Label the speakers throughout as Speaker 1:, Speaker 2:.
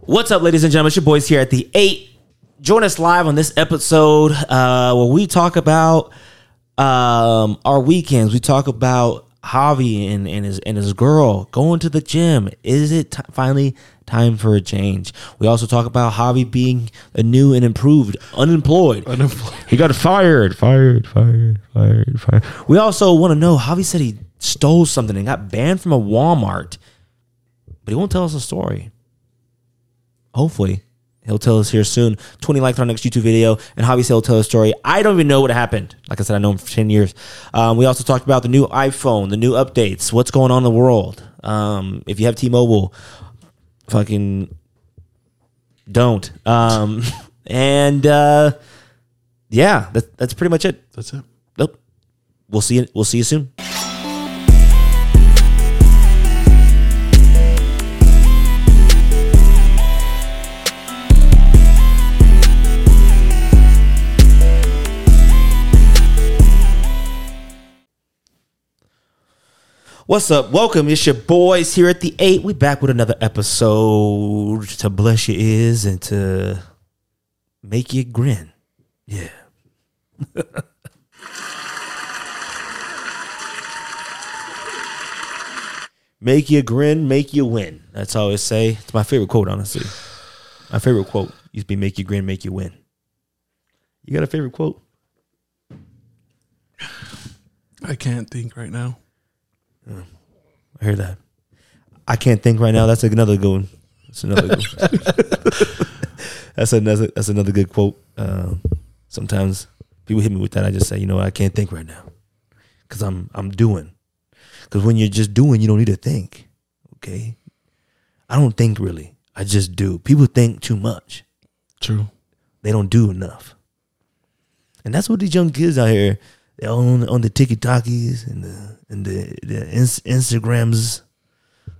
Speaker 1: What's up, ladies and gentlemen? It's your boys here at the eight. Join us live on this episode uh, where we talk about um, our weekends. We talk about Javi and, and his and his girl going to the gym. Is it ti- finally time for a change? We also talk about Javi being a new and improved unemployed. Unemployed. He got fired, fired, fired, fired, fired. We also want to know. Javi said he stole something and got banned from a Walmart, but he won't tell us a story hopefully he'll tell us here soon 20 likes on our next youtube video and javi said he'll tell a story i don't even know what happened like i said i know him for 10 years um, we also talked about the new iphone the new updates what's going on in the world um, if you have t-mobile fucking don't um, and uh, yeah that, that's pretty much it
Speaker 2: That's it.
Speaker 1: nope we'll see you we'll see you soon What's up? Welcome. It's your boys here at the eight. We back with another episode to bless your ears and to make you grin. Yeah. make you grin, make you win. That's all I say. It's my favorite quote, honestly. My favorite quote used to be make you grin, make you win. You got a favorite quote?
Speaker 2: I can't think right now.
Speaker 1: I hear that. I can't think right now. That's another good one. That's another good one. that's another that's another good quote. Um, sometimes people hit me with that. I just say, you know, what? I can't think right now because I'm I'm doing. Because when you're just doing, you don't need to think. Okay, I don't think really. I just do. People think too much.
Speaker 2: True.
Speaker 1: They don't do enough. And that's what these young kids out here, they're all on, on the TikTokies and the and the, the ins, Instagrams.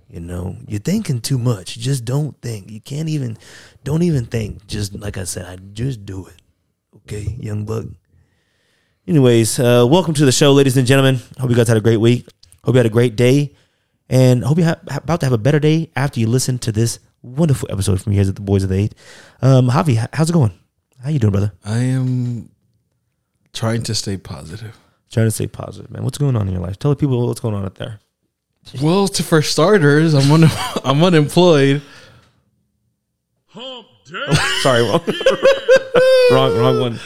Speaker 1: You know, you're thinking too much. Just don't think. You can't even, don't even think. Just like I said, I just do it. Okay, young buck. Anyways, uh, welcome to the show, ladies and gentlemen. Hope you guys had a great week. Hope you had a great day, and hope you ha- about to have a better day after you listen to this wonderful episode from here at the Boys of the Eight. Um, Javi, h- how's it going? How you doing, brother?
Speaker 2: I am trying to stay positive.
Speaker 1: Trying to stay positive, man. What's going on in your life? Tell the people what's going on out there.
Speaker 2: Well, to for starters, I'm un- I'm unemployed.
Speaker 1: Sorry, wrong, wrong, wrong one.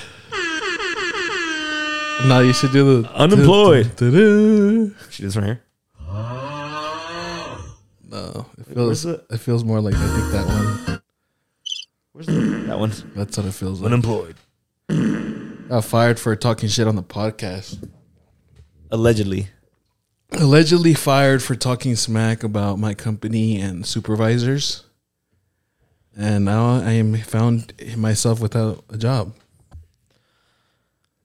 Speaker 2: Now you should do the
Speaker 1: Unemployed.
Speaker 2: Da-da.
Speaker 1: She does right here.
Speaker 2: No, it
Speaker 1: Where's
Speaker 2: feels it feels more like I think that one.
Speaker 1: Where's the, that one?
Speaker 2: That's what it feels like.
Speaker 1: Unemployed.
Speaker 2: Got fired for talking shit on the podcast.
Speaker 1: Allegedly.
Speaker 2: Allegedly fired for talking smack about my company and supervisors. And now I am found myself without a job.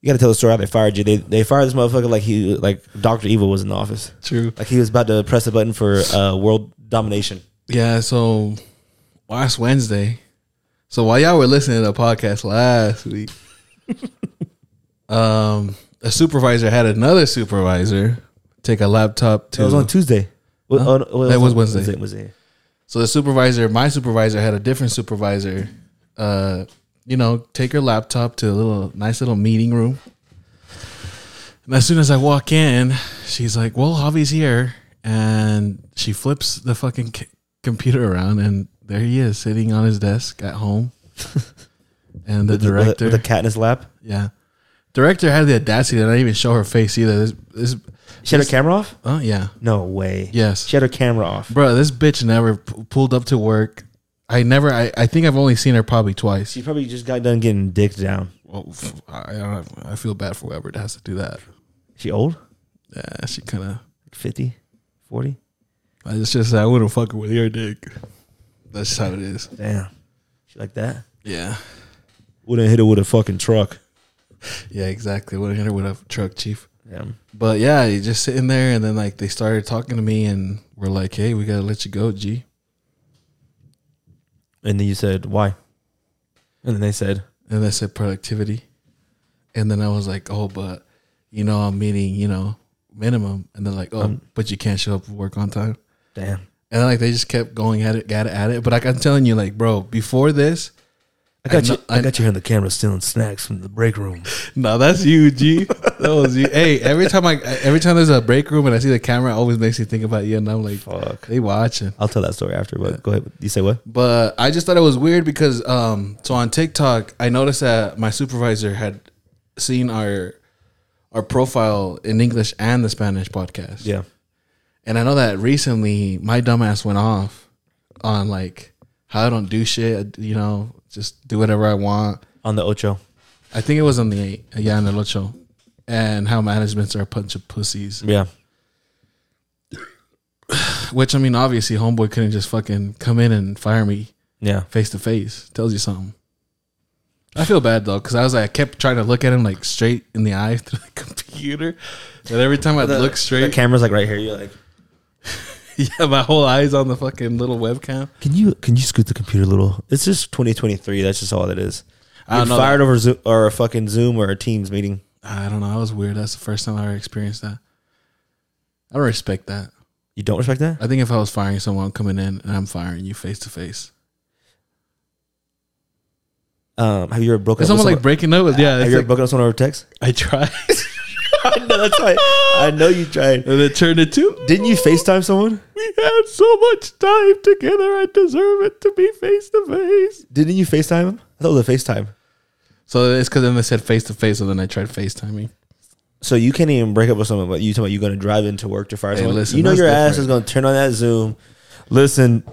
Speaker 1: You got to tell the story how they fired you. They they fired this motherfucker like he like Doctor Evil was in the office.
Speaker 2: True.
Speaker 1: Like he was about to press a button for uh, world domination.
Speaker 2: Yeah, so last Wednesday. So while y'all were listening to the podcast last week, um, a supervisor had another supervisor take a laptop
Speaker 1: It was on
Speaker 2: to.
Speaker 1: Tuesday. Well,
Speaker 2: Huh?
Speaker 1: oh, no, well,
Speaker 2: That was
Speaker 1: on
Speaker 2: Wednesday.
Speaker 1: Wednesday.
Speaker 2: So the supervisor, my supervisor, had a different supervisor, uh, you know, take her laptop to a little nice little meeting room. And as soon as I walk in, she's like, "Well, Javi's here," and she flips the fucking c- computer around, and there he is sitting on his desk at home. and the
Speaker 1: With with
Speaker 2: director,
Speaker 1: with a cat in his lap.
Speaker 2: yeah, director had the audacity to not even show her face either. This, this,
Speaker 1: She had her camera off.
Speaker 2: oh yeah,
Speaker 1: No way.
Speaker 2: yes,
Speaker 1: She had her camera off.
Speaker 2: Bro, this bitch never p- pulled up to work. I never. I, I think I've only seen her probably twice.
Speaker 1: She probably just got done getting dicked down.
Speaker 2: Well, f- I, I don't- I feel bad for whoever has to do that.
Speaker 1: She old?
Speaker 2: Yeah, she kind of.
Speaker 1: Like 50, 40?
Speaker 2: I just just I wouldn't fuck with your dick. That's just how it is.
Speaker 1: Damn. She like that?
Speaker 2: Yeah.
Speaker 1: Wouldn't hit her with a fucking truck.
Speaker 2: Yeah. Exactly. Would have hit her with a truck, chief.
Speaker 1: Yeah.
Speaker 2: But yeah, you just sitting there, and then like they started talking to me, and we're like, "Hey, we gotta let you go, G."
Speaker 1: And then you said, why? And then they said,
Speaker 2: And I said productivity. And then I was like, oh, but you know, I'm meeting, you know, minimum. And they're like, oh, but you can't show up for work on time.
Speaker 1: damn.
Speaker 2: And then like they just kept going at it, got at it. But like I'm telling you, like bro, before this,
Speaker 1: I got you.
Speaker 2: I kno-
Speaker 1: I, got you on the camera stealing snacks from the break room.
Speaker 2: no, that's you, G. That was you. Hey, every time I every time there's a break room and I see the camera, it always makes me think about you, and I'm like,
Speaker 1: Fuck.
Speaker 2: they watching.
Speaker 1: I'll tell that story after. But go ahead. You say what?
Speaker 2: But I just thought it was weird because um so on TikTok I noticed that my supervisor had seen our our profile in English and the Spanish podcast.
Speaker 1: Yeah.
Speaker 2: And I know that recently my dumbass went off on like how I don't do shit, you know, just do whatever I want.
Speaker 1: On the ocho.
Speaker 2: I think it was on the eight, yeah, on the ocho, and how managements are a bunch of pussies.
Speaker 1: Yeah.
Speaker 2: Which I mean, obviously, homeboy couldn't just fucking come in and fire me
Speaker 1: Yeah.
Speaker 2: face to face. Tells you something. I feel bad though, because I was like, I kept trying to look at him like straight in the eye through the computer, but every time I would look
Speaker 1: The
Speaker 2: straight,
Speaker 1: camera's like right here. You're like,
Speaker 2: yeah, my whole eyes on the fucking little webcam.
Speaker 1: can you can you scoot the computer a little? It's just 2023. That's just all that is.
Speaker 2: I
Speaker 1: You're
Speaker 2: don't know
Speaker 1: fired over Zoom or a fucking Zoom or a Teams meeting.
Speaker 2: I don't know. That was weird. That's the first time I ever experienced that. I don't respect that.
Speaker 1: You don't respect that?
Speaker 2: I think if I was firing someone coming in and I'm firing you face to face,
Speaker 1: Um, have you ever broken?
Speaker 2: it's
Speaker 1: Up with
Speaker 2: almost
Speaker 1: someone,
Speaker 2: like breaking up with yeah.
Speaker 1: have
Speaker 2: It's
Speaker 1: you ever
Speaker 2: like,
Speaker 1: broken up with someone over text?
Speaker 2: I tried.
Speaker 1: I know that's right. I know you tried.
Speaker 2: And it turned into
Speaker 1: Didn't you FaceTime someone?
Speaker 2: we had so much time together. I deserve it to be face to face.
Speaker 1: Didn't you FaceTime him? I thought it was a FaceTime.
Speaker 2: So it's because then they said face to face, and then I tried FaceTiming.
Speaker 1: So you can't even break up with someone, but you talking about you're going to drive into work to fire someone.
Speaker 2: listen,
Speaker 1: you know
Speaker 2: that's
Speaker 1: your ass
Speaker 2: different.
Speaker 1: is going to turn on that Zoom. Listen,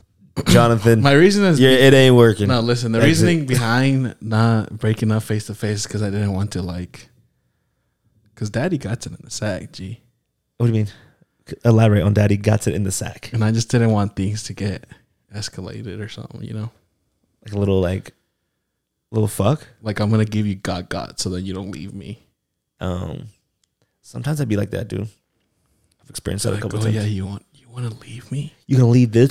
Speaker 1: Jonathan,
Speaker 2: My reason is
Speaker 1: yeah, it ain't working.
Speaker 2: no. Listen, the
Speaker 1: Exit.
Speaker 2: reasoning behind not breaking up face to face is because I didn't want to like. Because daddy got it in the sack, G.
Speaker 1: What do you mean? C- Elaborate on Daddy got it in the sack,
Speaker 2: and I just didn't want things to get escalated or something, you know.
Speaker 1: like a little like little fuck.
Speaker 2: Like I'm gonna give you got got so that you don't leave me.
Speaker 1: Um, sometimes I'd be like that, dude. I've experienced that a
Speaker 2: Like,
Speaker 1: couple
Speaker 2: oh
Speaker 1: times.
Speaker 2: yeah, you want you want to leave me?
Speaker 1: You gonna leave this?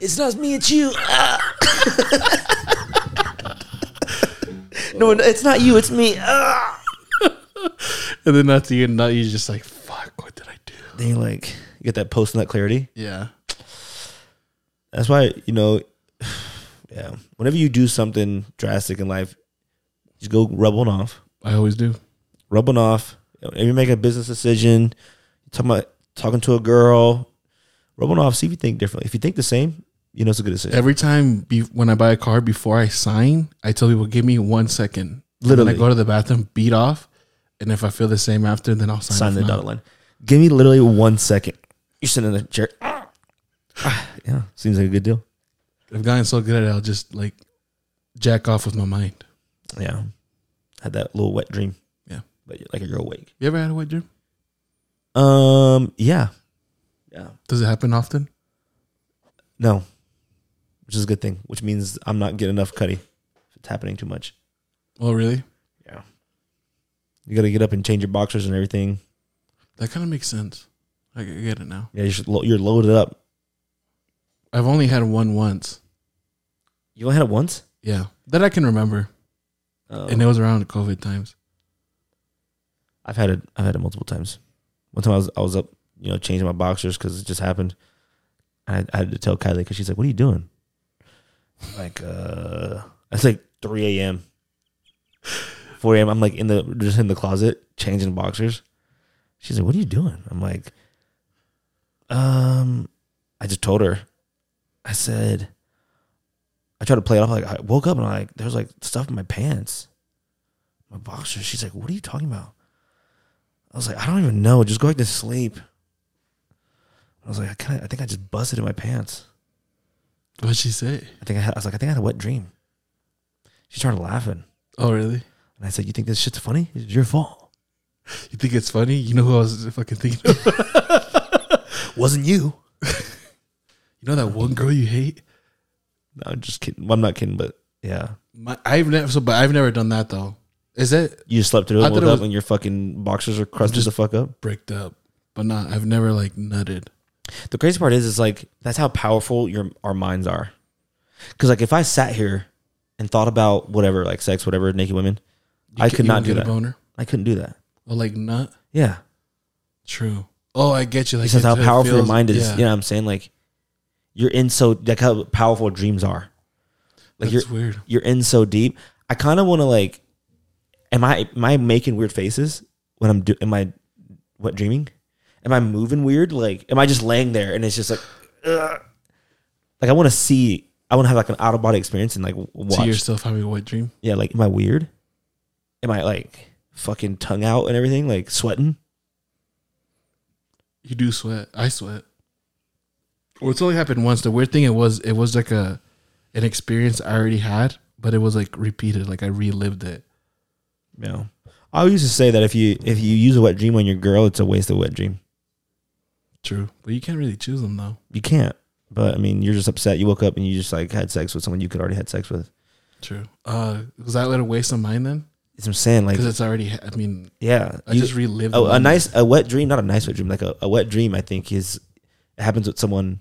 Speaker 1: it's not me, it's you. Ah. no, it's not you, it's me. Ah.
Speaker 2: And then at the end, now you're just like, fuck, what did I do?
Speaker 1: They like you get that post nut clarity.
Speaker 2: Yeah,
Speaker 1: That's why you know, yeah. Whenever you do something drastic in life, just go rubbing off,
Speaker 2: I always do.
Speaker 1: rubbing off. If you make a business decision, talking about talking to a girl, rubbing off. See if you think differently. If you think the same, you know it's a good decision.
Speaker 2: Every time be, when I buy a car, before I sign, I tell people, give me one second.
Speaker 1: Literally.
Speaker 2: then I go to the bathroom, beat off, and if I feel the same after, then I'll sign.
Speaker 1: sign
Speaker 2: off
Speaker 1: the
Speaker 2: now.
Speaker 1: dotted line. Give me literally one second. You're sitting in the chair. Ah, yeah, seems like a good deal.
Speaker 2: I've gotten so good at it, I'll just like jack off with my mind.
Speaker 1: Yeah, had that little wet dream.
Speaker 2: Yeah.
Speaker 1: but like you're awake.
Speaker 2: You ever had a wet dream?
Speaker 1: Um, yeah, yeah.
Speaker 2: Does it happen often?
Speaker 1: No, which is a good thing. Which means I'm not getting enough cutty. If it's happening too much.
Speaker 2: Oh, really?
Speaker 1: Yeah, you got to get up and change your boxers and everything.
Speaker 2: That kind of makes sense. I g- get it now.
Speaker 1: Yeah, you're, just lo- you're loaded up.
Speaker 2: I've only had one once.
Speaker 1: You only had it once.
Speaker 2: Yeah. That I can remember.
Speaker 1: Um,
Speaker 2: And it was around COVID times.
Speaker 1: I've had it. I've had it multiple times. One time I was I was up, you know, changing my boxers because it just happened. And I, I had to tell Kylie because she's like, "What are you doing?" I'm like, uh, it's like three a.m., four a.m. I'm like in the just in the closet changing boxers. She's like, "What are you doing?" I'm like, um, I just told her. I said, I tried to play it off like I woke up and I like there was like stuff in my pants, my boxers. She's like, "What are you talking about?" I was like, I don't even know. Just go back to sleep. I was like, I kind of, I think I just busted in my pants.
Speaker 2: What'd she say?
Speaker 1: I think I, had, I was like, I think I had a wet dream. She started laughing,
Speaker 2: Oh, really?
Speaker 1: and I said, "You think this shit's funny? It's your fault.
Speaker 2: You think it's funny? You know who I was fucking thinking of?
Speaker 1: Wasn't you."
Speaker 2: you know that one girl you hate?
Speaker 1: No, I'm just kidding. Well, I'm not kidding, but yeah,
Speaker 2: My, I've never, so, but I've never done that though. Is it
Speaker 1: you just slept through
Speaker 2: I
Speaker 1: it,
Speaker 2: thought
Speaker 1: woke
Speaker 2: it
Speaker 1: up,
Speaker 2: was-
Speaker 1: and your fucking boxers are crusted the fuck up.
Speaker 2: bricked up? But not, I've never like nutted.
Speaker 1: The crazy part is, is like that's how powerful your our minds are. Because like if I sat here and thought about whatever, like sex, whatever, naked women, I
Speaker 2: ca-
Speaker 1: could
Speaker 2: you
Speaker 1: not
Speaker 2: don't
Speaker 1: do
Speaker 2: get
Speaker 1: that.
Speaker 2: a boner.
Speaker 1: I couldn't do that.
Speaker 2: Or like nut.
Speaker 1: Yeah,
Speaker 2: True. Oh, I get you. Like
Speaker 1: It's just how
Speaker 2: it- it
Speaker 1: powerful your
Speaker 2: feels-
Speaker 1: mind is.
Speaker 2: yeah.
Speaker 1: You know what I'm saying? Like you're in so like how powerful dreams are. Like
Speaker 2: That's
Speaker 1: you're
Speaker 2: weird.
Speaker 1: you're in so deep. I kind of want to like. Am I am I making weird faces when I'm do? Am I what dreaming? Am I moving weird? Like am I just laying there and it's just like, ugh. like I want to see. I want to have like an out of body experience and like w-
Speaker 2: to
Speaker 1: watch.
Speaker 2: yourself having a wet dream.
Speaker 1: Yeah, like am I weird? Am I like fucking tongue out and everything? Like sweating?
Speaker 2: You do sweat. I sweat. Well, it's only happened once. The weird thing it was, it was like a an experience I already had, but it was like repeated. Like I relived it.
Speaker 1: No. I used to say that if you if you use a wet dream on your girl, it's a waste of wet dream.
Speaker 2: True, but you can't really choose them though.
Speaker 1: You can't. But I mean, you're just upset. You woke up and you just like had sex with someone you could already had sex with.
Speaker 2: True. Uh, was that like a waste of mine then?
Speaker 1: That's what I'm saying. Like,
Speaker 2: Because it's already. ha- I mean,
Speaker 1: yeah,
Speaker 2: I
Speaker 1: You- Oh,
Speaker 2: just relived.
Speaker 1: a,
Speaker 2: the
Speaker 1: a
Speaker 2: moment.
Speaker 1: nice a wet dream, not a nice wet dream. Like a, a wet dream, I think is it happens with someone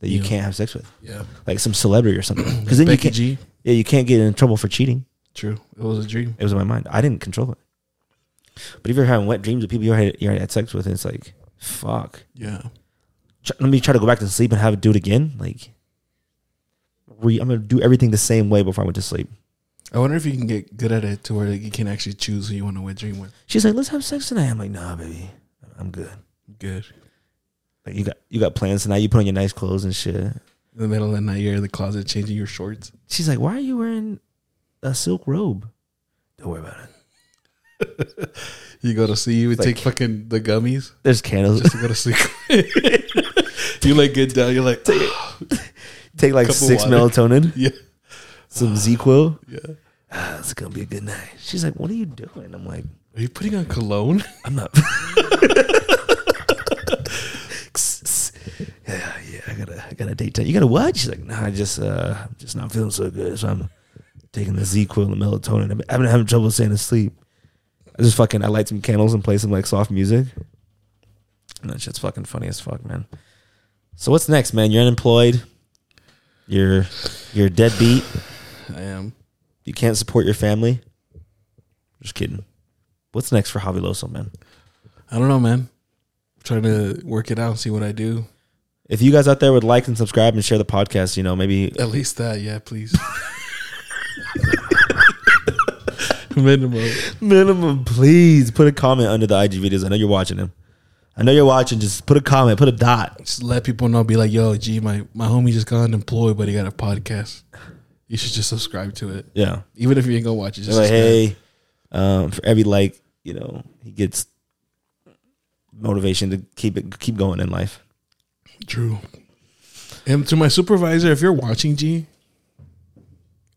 Speaker 1: that you
Speaker 2: Yeah.
Speaker 1: can't have sex with,
Speaker 2: Yeah.
Speaker 1: like some celebrity or something. Because then you
Speaker 2: Becky
Speaker 1: can't,
Speaker 2: G.
Speaker 1: yeah, you can't get in trouble for cheating.
Speaker 2: True. It was a dream.
Speaker 1: It was in my mind. I didn't control it. But if you're having wet dreams with people you already, you already had sex with, and it's like, fuck.
Speaker 2: Yeah.
Speaker 1: tr- let me try to go back to sleep and have it do it again. Like, re, I'm gonna do everything the same way before I went to sleep.
Speaker 2: I wonder if you can get good at it to where like, you can actually choose who you want to wet dream with.
Speaker 1: She's like, "Let's have sex tonight." I'm like, "Nah, baby, I'm good."
Speaker 2: Good.
Speaker 1: Like, you got you got plans tonight. You put on your nice clothes and shit.
Speaker 2: In the middle of the night, you're in the closet changing your shorts.
Speaker 1: She's like, "Why are you wearing a silk robe?" Don't worry about it.
Speaker 2: You go to sleep. You would
Speaker 1: Like-
Speaker 2: take fucking the gummies
Speaker 1: There's candles.
Speaker 2: just to go to sleep. you like get down. You're like,
Speaker 1: Take like
Speaker 2: cup of
Speaker 1: six
Speaker 2: water.
Speaker 1: melatonin,
Speaker 2: yeah,
Speaker 1: some ZQL.
Speaker 2: yeah.
Speaker 1: Ah, it's gonna be a good night. She's like, "What are you doing?" I'm like,
Speaker 2: Are you putting on cologne?
Speaker 1: "I'm not." yeah, yeah, I gotta, I gotta date tonight. You gotta what? She's like, nah, I just, uh, I'm just not feeling so good, so I'm taking the Z-Quil and melatonin. I've been, I've been having trouble staying asleep. I just fucking, I light some candles and play some like soft music. And that shit's fucking funny as fuck, man. So what's next, man? You're unemployed. You're, you're deadbeat.
Speaker 2: I am.
Speaker 1: You can't support your family. Just kidding. What's next for Javi Loso, man?
Speaker 2: I don't know, man. trying to work it out, see what I do.
Speaker 1: If you guys out there would like and subscribe and share the podcast, you know, maybe
Speaker 2: At least that, yeah, please. Minimum.
Speaker 1: Minimum, please put a comment under the IG videos. I know you're watching them. I know you're watching. Just put a comment. Put a dot.
Speaker 2: Just let people know. Be like, yo, G, my my homie just got unemployed, but he got a podcast. You should just subscribe to it,
Speaker 1: Yeah.
Speaker 2: even if you ain't gonna watch it. Just
Speaker 1: like,
Speaker 2: subscribe.
Speaker 1: hey, um, for every like, you know, he gets motivation to keep it keep going in life.
Speaker 2: True. And to my supervisor, if you're watching, G,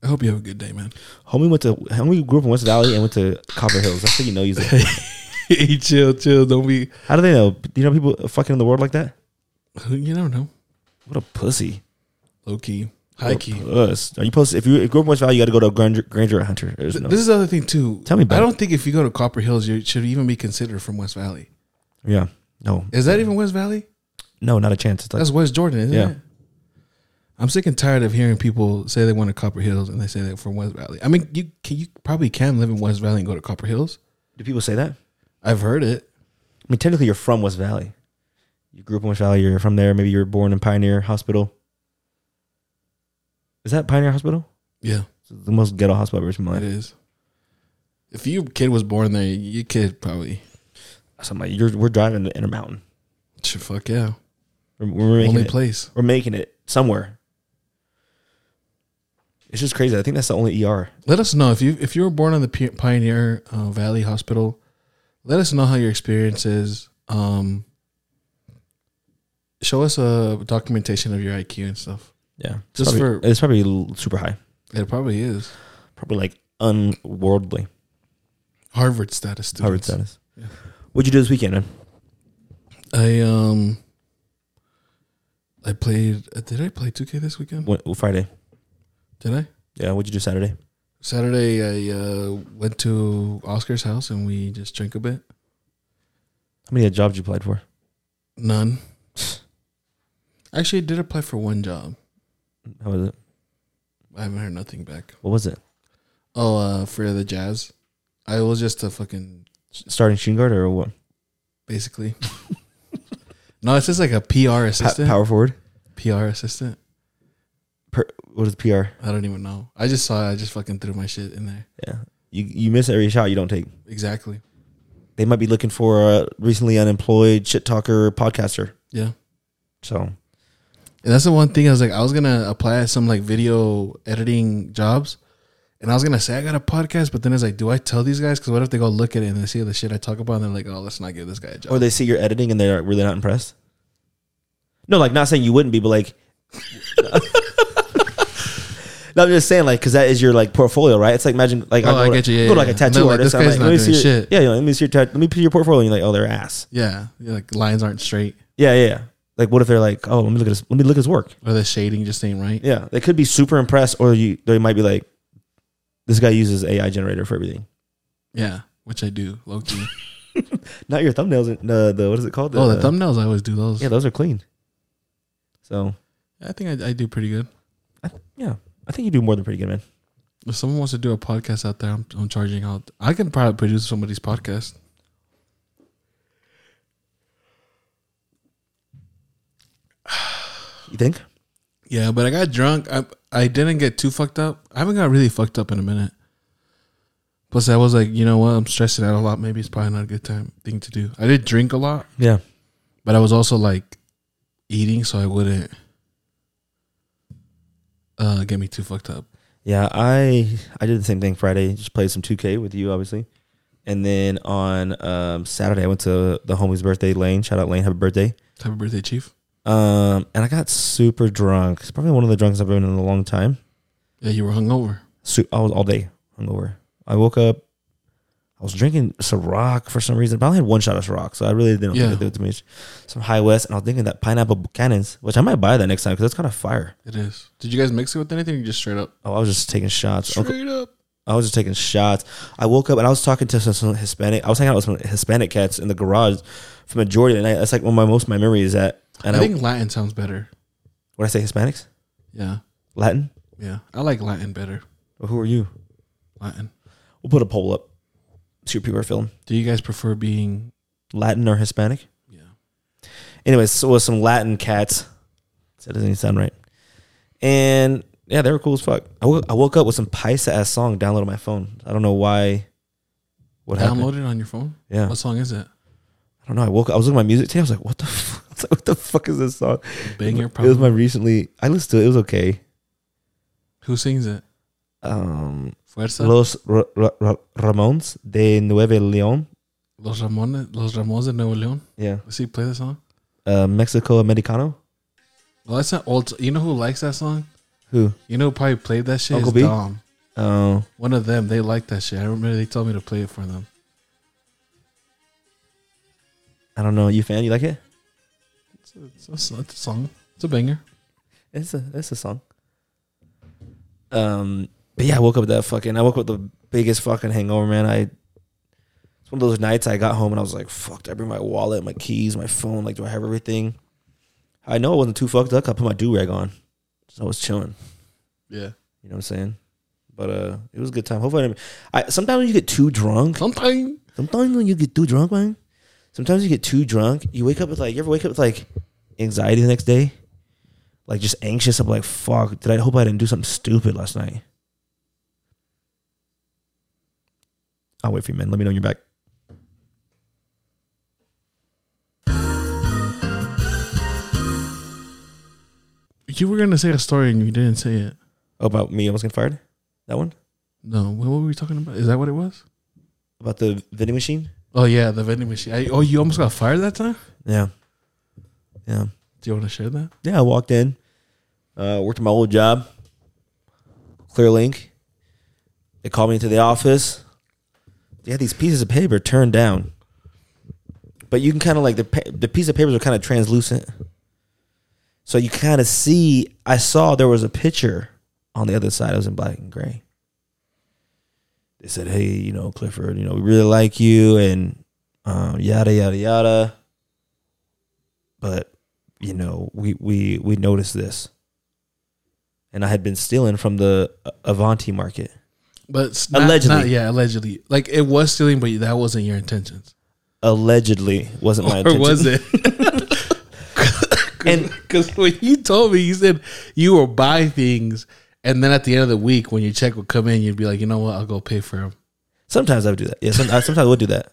Speaker 2: I hope you have a good day, man.
Speaker 1: Homie went to homie grew up in West Valley and went to Copper Hills. That's how you know he's.
Speaker 2: hey, chill, chill. Don't be.
Speaker 1: how do they know? Do you know people fucking in the world like that?
Speaker 2: You don't know.
Speaker 1: What a pussy.
Speaker 2: Low key,
Speaker 1: What
Speaker 2: high
Speaker 1: a
Speaker 2: key.
Speaker 1: puss. Are you supposed to- if you, if you grew up in West Valley, you got to go to Granger, Granger Hunter. There's no.
Speaker 2: This is the other thing too.
Speaker 1: Tell me about
Speaker 2: I
Speaker 1: it.
Speaker 2: don't think if you go to Copper Hills, you should even be considered from West Valley.
Speaker 1: yeah. No.
Speaker 2: Is that even West Valley?
Speaker 1: No, not a chance. It's like,
Speaker 2: That's West Jordan, isn't
Speaker 1: Yeah.
Speaker 2: it? I'm sick and tired of hearing people say they want to Copper Hills and they say they're from West Valley. I mean, you can you probably can live in West Valley and go to Copper Hills.
Speaker 1: do people say that?
Speaker 2: I've heard it.
Speaker 1: I mean, technically, you're from West Valley. You grew up in West Valley. You're from there. Maybe you were born in Pioneer Hospital. Is that Pioneer Hospital?
Speaker 2: Yeah,
Speaker 1: It's the most ghetto hospital I've ever seen in my
Speaker 2: it
Speaker 1: life.
Speaker 2: is. If your kid was born there, your kid probably
Speaker 1: So I'm like, you're, we're driving the Intermountain.
Speaker 2: should fuck yeah.
Speaker 1: We're, we're making
Speaker 2: Only
Speaker 1: it.
Speaker 2: place.
Speaker 1: We're making it somewhere. It's just crazy. I think that's the only ER.
Speaker 2: Let us know if you if you were born on the P- Pioneer uh, Valley Hospital. Let us know how your experience is. Um, show us a documentation of your IQ and stuff.
Speaker 1: Yeah, it's
Speaker 2: Just
Speaker 1: probably-
Speaker 2: for-
Speaker 1: it's probably l- super high.
Speaker 2: It probably is
Speaker 1: Probably like unworldly.
Speaker 2: Harvard status. Students.
Speaker 1: Harvard status. What'd you do this weekend, man?
Speaker 2: I um I played uh, did I play 2K this weekend?
Speaker 1: What, Friday.
Speaker 2: Did I?
Speaker 1: Yeah. What'd you do Saturday?
Speaker 2: Saturday I uh went to Oscar's house and we just drank a bit.
Speaker 1: How many jobs you applied for?
Speaker 2: None. Actually I did apply for one job.
Speaker 1: How was it?
Speaker 2: I haven't heard nothing back.
Speaker 1: What was it?
Speaker 2: Oh, uh for the jazz. I was just a fucking
Speaker 1: S- Starting shooting guard or what?
Speaker 2: basically No, it's just like a PR
Speaker 1: Pa-
Speaker 2: assistant.
Speaker 1: power forward.
Speaker 2: PR assistant.
Speaker 1: Per, what is PR?
Speaker 2: I don't even know. I just saw. it. I just fucking threw my shit in there.
Speaker 1: Yeah, you you miss every shot you don't take.
Speaker 2: Exactly.
Speaker 1: They might be looking for a recently unemployed shit talker podcaster.
Speaker 2: Yeah.
Speaker 1: So
Speaker 2: And that's the one thing I was like, I was gonna apply at some like video editing jobs, and I was gonna say I got a podcast, but then it's like, do I tell these guys? Because what if they go look at it and they see the shit I talk about, and they're like, oh, let's not give this guy a job.
Speaker 1: or they see your editing and they're really not impressed. No, like not saying you wouldn't be, but like, no, I'm just saying like because that is your like portfolio, right? It's like imagine like
Speaker 2: Oh,
Speaker 1: go
Speaker 2: I
Speaker 1: to-
Speaker 2: get you. Yeah,
Speaker 1: go to like a
Speaker 2: yeah. And they're
Speaker 1: tattoo
Speaker 2: like,
Speaker 1: artist.
Speaker 2: this
Speaker 1: I'm
Speaker 2: guy's
Speaker 1: like,
Speaker 2: not
Speaker 1: let me see
Speaker 2: doing
Speaker 1: your,
Speaker 2: shit.
Speaker 1: yeah, you know, let me see your tat- let me see your portfolio. And you're like, oh, they're ass.
Speaker 2: yeah, yeah, like lines aren't straight,
Speaker 1: Yeah, yeah, yeah. Like what if they're like, oh, let me look at his let me look at his work.
Speaker 2: or the shading just ain't right.
Speaker 1: Yeah, they could be super impressed, or you they might be like, this guy uses AI generator for everything.
Speaker 2: Yeah, which I do, low key.
Speaker 1: Not your thumbnails. The, the what is it called?
Speaker 2: oh, the thumbnails, I always do those.
Speaker 1: Yeah, those are clean. So
Speaker 2: I think I, I do pretty good.
Speaker 1: I th- yeah, I think you do more than pretty good, man.
Speaker 2: If someone wants to do a podcast out there, I'm, I'm charging out. I can probably produce somebody's podcast.
Speaker 1: You think?
Speaker 2: Yeah, but I got drunk. I I didn't get too fucked up. I haven't got really fucked up in a minute. Plus, I was like, you know what? I'm stressing out a lot. Maybe it's probably not a good time thing to do. I did drink a lot,
Speaker 1: Yeah.
Speaker 2: but I was also like eating, so I wouldn't uh get me too fucked up.
Speaker 1: Yeah, I I did the same thing Friday. Just played some 2K with you, obviously, and then on um, Saturday I went to the homie's birthday. Lane, shout out Lane, happy birthday.
Speaker 2: Happy birthday, Chief.
Speaker 1: Um, and I got super drunk. It's probably one of the drunkest I've been in a long time.
Speaker 2: Yeah, you were hungover.
Speaker 1: Su- I was all day hungover. I woke up. I was drinking Ciroc for some reason, but I only had one shot of Ciroc, so I really didn't
Speaker 2: Yeah.
Speaker 1: think it did it to me. Some High West, and I was thinking that pineapple Buchanan's, which I might buy that next time because that's kind of fire.
Speaker 2: It is. Did you guys mix it with anything? Or just straight up.
Speaker 1: Oh, I was just taking shots. Uncle-
Speaker 2: Straight up.
Speaker 1: I was just taking shots. I woke up and I was talking to some, some Hispanic. I was hanging out with some Hispanic cats in the garage for the majority of the night. That's like when my most of my memory is at. And
Speaker 2: I
Speaker 1: I,
Speaker 2: think Latin sounds better.
Speaker 1: when I say Hispanics,
Speaker 2: Yeah,
Speaker 1: Latin.
Speaker 2: yeah. I like Latin better.
Speaker 1: Well, who are you?
Speaker 2: Latin.
Speaker 1: We'll put a poll up. See what people are feeling,
Speaker 2: Do you guys prefer being?
Speaker 1: Latin or Hispanic.
Speaker 2: Yeah.
Speaker 1: anyways, so it was some Latin cats. That doesn't even sound right. And yeah, they were cool as fuck. I wo- I woke up with some paisa ass song downloaded on my phone. I don't know why. What happened?
Speaker 2: Download it on your phone.
Speaker 1: Yeah,
Speaker 2: What song is it?
Speaker 1: I don't know. I woke up. I was looking at my music today. I was like, what the? Fuck? I was like, what the fuck is this song?
Speaker 2: Banger
Speaker 1: It was
Speaker 2: problem.
Speaker 1: my recently. I listened to it. It was okay.
Speaker 2: Who sings it?
Speaker 1: Um,
Speaker 2: Fuerza. Los,
Speaker 1: Los Ra- Ra- Ra- Ramones de Nueve León.
Speaker 2: Ramones. Los Ramones de Nuevo León.
Speaker 1: Yeah,
Speaker 2: Does he play the song?
Speaker 1: uh, Mexico Americano.
Speaker 2: Well, that's not old. You know who likes that song?
Speaker 1: Who?
Speaker 2: You know who probably played that shit?
Speaker 1: Uncle
Speaker 2: Is
Speaker 1: B?
Speaker 2: Dom.
Speaker 1: Oh,
Speaker 2: One of them. They like that shit. I remember they told me to play it for them.
Speaker 1: I don't know. You fan? You like it?
Speaker 2: It's a, it's a s- it's a song. It's a banger.
Speaker 1: It's a it's a song. Um, but yeah, I woke up with that fucking. I woke up with the biggest fucking hangover, man. I. It's one of those nights I got home and I was like, "Fuck! Did I bring my wallet, my keys, my phone? Like, do I have everything?" I know I wasn't too fucked up. I put my do rag on, so I was chilling.
Speaker 2: Yeah.
Speaker 1: You know what I'm saying? But uh, it was a good time. Hopefully, I, didn't- I sometimes when you get too drunk,
Speaker 2: Something.
Speaker 1: sometimes when you get too drunk, man. Sometimes you get too drunk. You wake up with like you ever wake up with like anxiety the next day, like just anxious. I'm like, fuck. Did I hope I didn't do something stupid last night? I'll wait for you, man. Let me know when you're back.
Speaker 2: You were gonna say a story and you didn't say it.
Speaker 1: Oh, about me almost getting fired. That one
Speaker 2: No. What were we talking about? Is that what it was?
Speaker 1: about the vending machine.
Speaker 2: Oh yeah, the vending machine. I, oh, you almost got fired that time.
Speaker 1: Yeah, yeah,
Speaker 2: Do you want to share that?
Speaker 1: yeah. I walked in, uh, worked at my old job, ClearLink. They called me into the office. They had these pieces of paper turned down, but you can kind of like the pa- the piece of papers are kind of translucent, so you kind of see. I saw there was a picture on the other side. It was in black and gray. They said, "Hey, you know Clifford, you know we really like you, and um, yada yada yada, but you know we we we noticed this." And I had been stealing from the uh, Avanti market.
Speaker 2: But it's not,
Speaker 1: Allegedly.
Speaker 2: not- yeah, allegedly. Like it was stealing, but that wasn't your intentions.
Speaker 1: allegedly wasn't my
Speaker 2: Or
Speaker 1: intention.
Speaker 2: was it?
Speaker 1: And-
Speaker 2: because when you told me, you said you will buy things, and then at the end of the week, when your check would come in, you'd be like, you know what, I'll go pay for them.
Speaker 1: Sometimes I would do that. Yeah, some, I sometimes I would do that.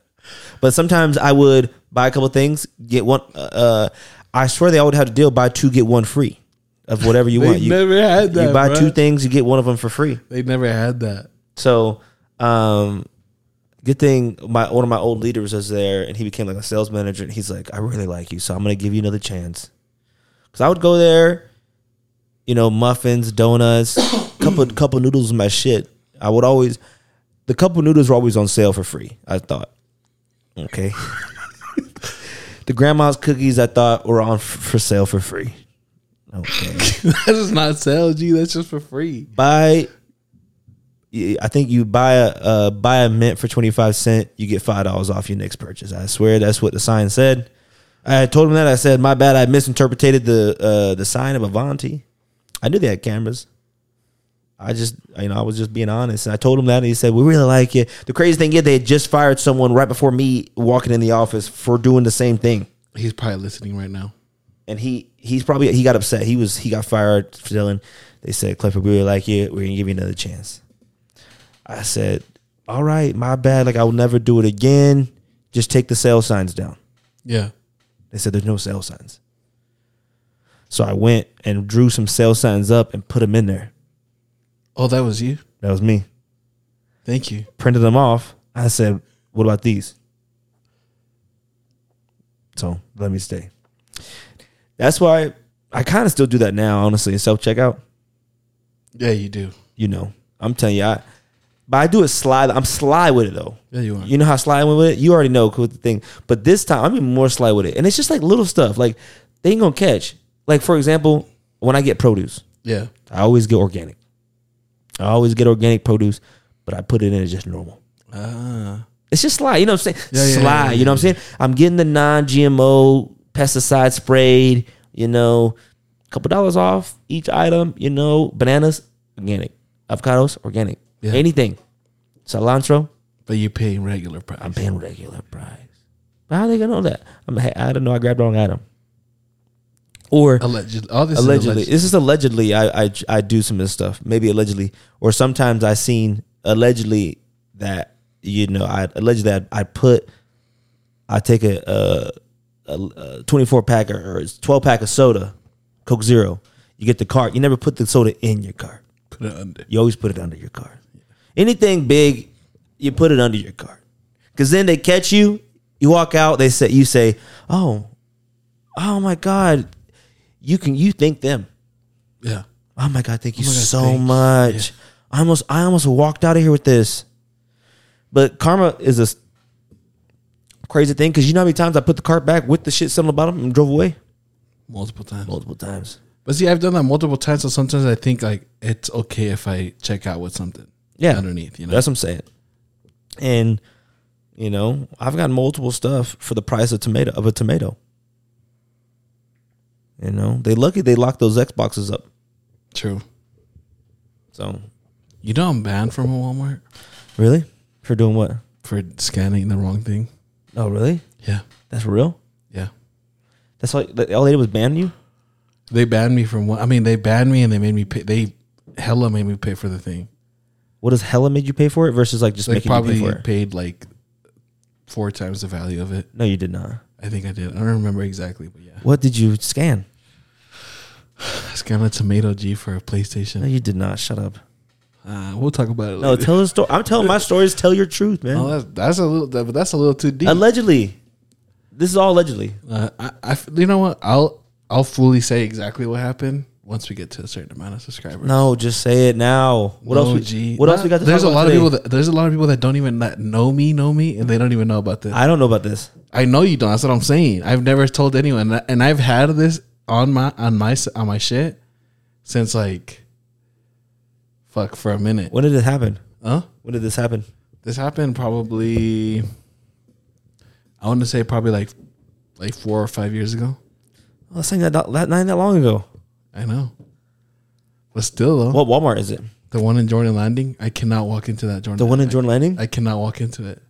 Speaker 1: But sometimes I would buy a couple things, get one. Uh, I swear they always had a deal: buy two get one free of whatever you
Speaker 2: They
Speaker 1: want. You,
Speaker 2: never had that.
Speaker 1: you buy
Speaker 2: bruh.
Speaker 1: two things, you get one of them for free.
Speaker 2: They never had that.
Speaker 1: So, um, good thing my one of my old leaders was there, and he became like a sales manager. And he's like, "I really like you, so I'm gonna give you another chance." Because I would go there, you know, muffins, donuts, couple couple noodles, was my shit. I would always the couple noodles were always on sale for free. I thought, okay. the grandma's cookies I thought were on f- for sale for free. Okay
Speaker 2: that is not sell, G. That's just for free.
Speaker 1: buy I think you buy a uh, buy a mint for 25 cent, you get $5 off your next purchase. I swear that's what the sign said. I told him that I said my bad I misinterpreted the uh, the sign of Avanti. I knew they had cameras. I just you know I was just being honest and I told him that and he said we really like you. The crazy thing is they had just fired someone right before me walking in the office for doing the same thing
Speaker 2: He's probably listening right now.
Speaker 1: and he he's probably he got upset. He was he got fired for telling. They said Clifford, we really like you. We're gonna give you another chance. I said, all right, my bad. Like I will never do it again. Just take the sale signs down.
Speaker 2: Yeah.
Speaker 1: They said there's no sale signs. So I went and drew some sale signs up and put them in there.
Speaker 2: Oh, that was you.
Speaker 1: That was me.
Speaker 2: Thank you.
Speaker 1: Printed them off. I said, what about these? So let me stay. That's why I kind of still do that now, honestly, in self checkout.
Speaker 2: Yeah, you do.
Speaker 1: you know, I'm telling you, I, but I do it sly. I'm sly with it though.
Speaker 2: Yeah, you are.
Speaker 1: You know how sly I went with it? You already know with the thing. But this time, I'm even more sly with it. And it's just like little stuff. Like, they ain't gonna catch. Like, for example, when I get produce,
Speaker 2: yeah.
Speaker 1: I always get organic. I always get organic produce, but I put it in as just normal.
Speaker 2: Ah.
Speaker 1: It's just sly. You know what I'm saying?
Speaker 2: Yeah, yeah,
Speaker 1: sly.
Speaker 2: yeah, yeah,
Speaker 1: you know what I'm saying? I'm getting the non GMO pesticide sprayed, you know, a couple dollars off each item, you know, bananas, organic, avocados, organic,
Speaker 2: Yeah.
Speaker 1: anything. Cilantro,
Speaker 2: But you pay regular price.
Speaker 1: I'm paying regular price. But how they gonna know that? I'm, hey, I don't know. I grabbed the wrong item. Or
Speaker 2: Allegedly. All this
Speaker 1: allegedly.
Speaker 2: Is alleged.
Speaker 1: This is allegedly. I, I I do some of this stuff. Maybe allegedly, or sometimes I seen allegedly that you know I allegedly that I put I take a a, a, a twenty four pack or, or twelve pack of soda, Coke Zero. You get the cart. You never put the soda in your cart.
Speaker 2: Put it under.
Speaker 1: You always put it under your cart. Anything big, you put it under your cart. Cause then they catch you, you walk out, they say you say, Oh, oh my God, you can you thank them.
Speaker 2: Yeah.
Speaker 1: Oh my God, thank you
Speaker 2: my God,
Speaker 1: so
Speaker 2: thanks.
Speaker 1: much. I almost I almost walked out of here with this. But karma is a s- crazy thing because you know how many times I put the cart back with the shit sitting on the bottom and drove away?
Speaker 2: Multiple times.
Speaker 1: Multiple times.
Speaker 2: But see, I've done that multiple times, so sometimes I think like it's okay if I check out with something.
Speaker 1: Yeah.
Speaker 2: Underneath, you know.
Speaker 1: That's what I'm saying. And you know, I've got multiple stuff for the price of tomato of a tomato. You know, they lucky they locked those Xboxes up.
Speaker 2: True.
Speaker 1: So
Speaker 2: You know I'm banned from a Walmart
Speaker 1: really, for doing what?
Speaker 2: for scanning the wrong thing.
Speaker 1: Oh, really?
Speaker 2: Yeah.
Speaker 1: That's real.
Speaker 2: Yeah.
Speaker 1: That's all. that- All they did was ban you.
Speaker 2: They banned me from one I mean, they banned me and they made me pay they hella made me pay for the thing.
Speaker 1: What does hella made you pay for it versus like just
Speaker 2: They
Speaker 1: making
Speaker 2: probably
Speaker 1: you pay for it?
Speaker 2: paid like four times the value of it.
Speaker 1: no, you did not.
Speaker 2: I think I did. I don't remember exactly, but yeah.
Speaker 1: What did you scan?
Speaker 2: I scanned a tomato G for a
Speaker 1: No,
Speaker 2: PlayStation.
Speaker 1: you did not. Shut up.
Speaker 2: Uh, we'll talk about it
Speaker 1: No,
Speaker 2: later.
Speaker 1: tell the story. I'm telling my stories. Tell your truth, man.
Speaker 2: Oh, that's, that's a little that, but that's a little too deep.
Speaker 1: Allegedly, this is all allegedly.
Speaker 2: Uh, I, I, you know what? I'll, I'll fully say exactly what happened once we get to a certain amount of subscribers.
Speaker 1: No, just say it now. What
Speaker 2: No,
Speaker 1: else? We,
Speaker 2: G.
Speaker 1: What else
Speaker 2: Nah,
Speaker 1: we got? To
Speaker 2: there's
Speaker 1: talk
Speaker 2: a
Speaker 1: about
Speaker 2: lot
Speaker 1: today?
Speaker 2: of people. That, there's a lot of people that don't even that know me, know me, and they don't even know about this. I,
Speaker 1: I don't know about this.
Speaker 2: know you don't. That's what I'm saying. I've never told anyone, and I- and I've had this on my on my s- on my shit since like, fuck for a minute.
Speaker 1: When did it happen?
Speaker 2: Huh?
Speaker 1: When did this happen?
Speaker 2: This happened probably. I want to say probably like, like four or five years ago.
Speaker 1: Oh, that's not that, that, not that long ago.
Speaker 2: I know. But still though.
Speaker 1: What Walmart is it?
Speaker 2: The one in Jordan Landing, I cannot walk into that Jordan.
Speaker 1: The one in
Speaker 2: Landing.
Speaker 1: Jordan Landing?
Speaker 2: I cannot walk into it.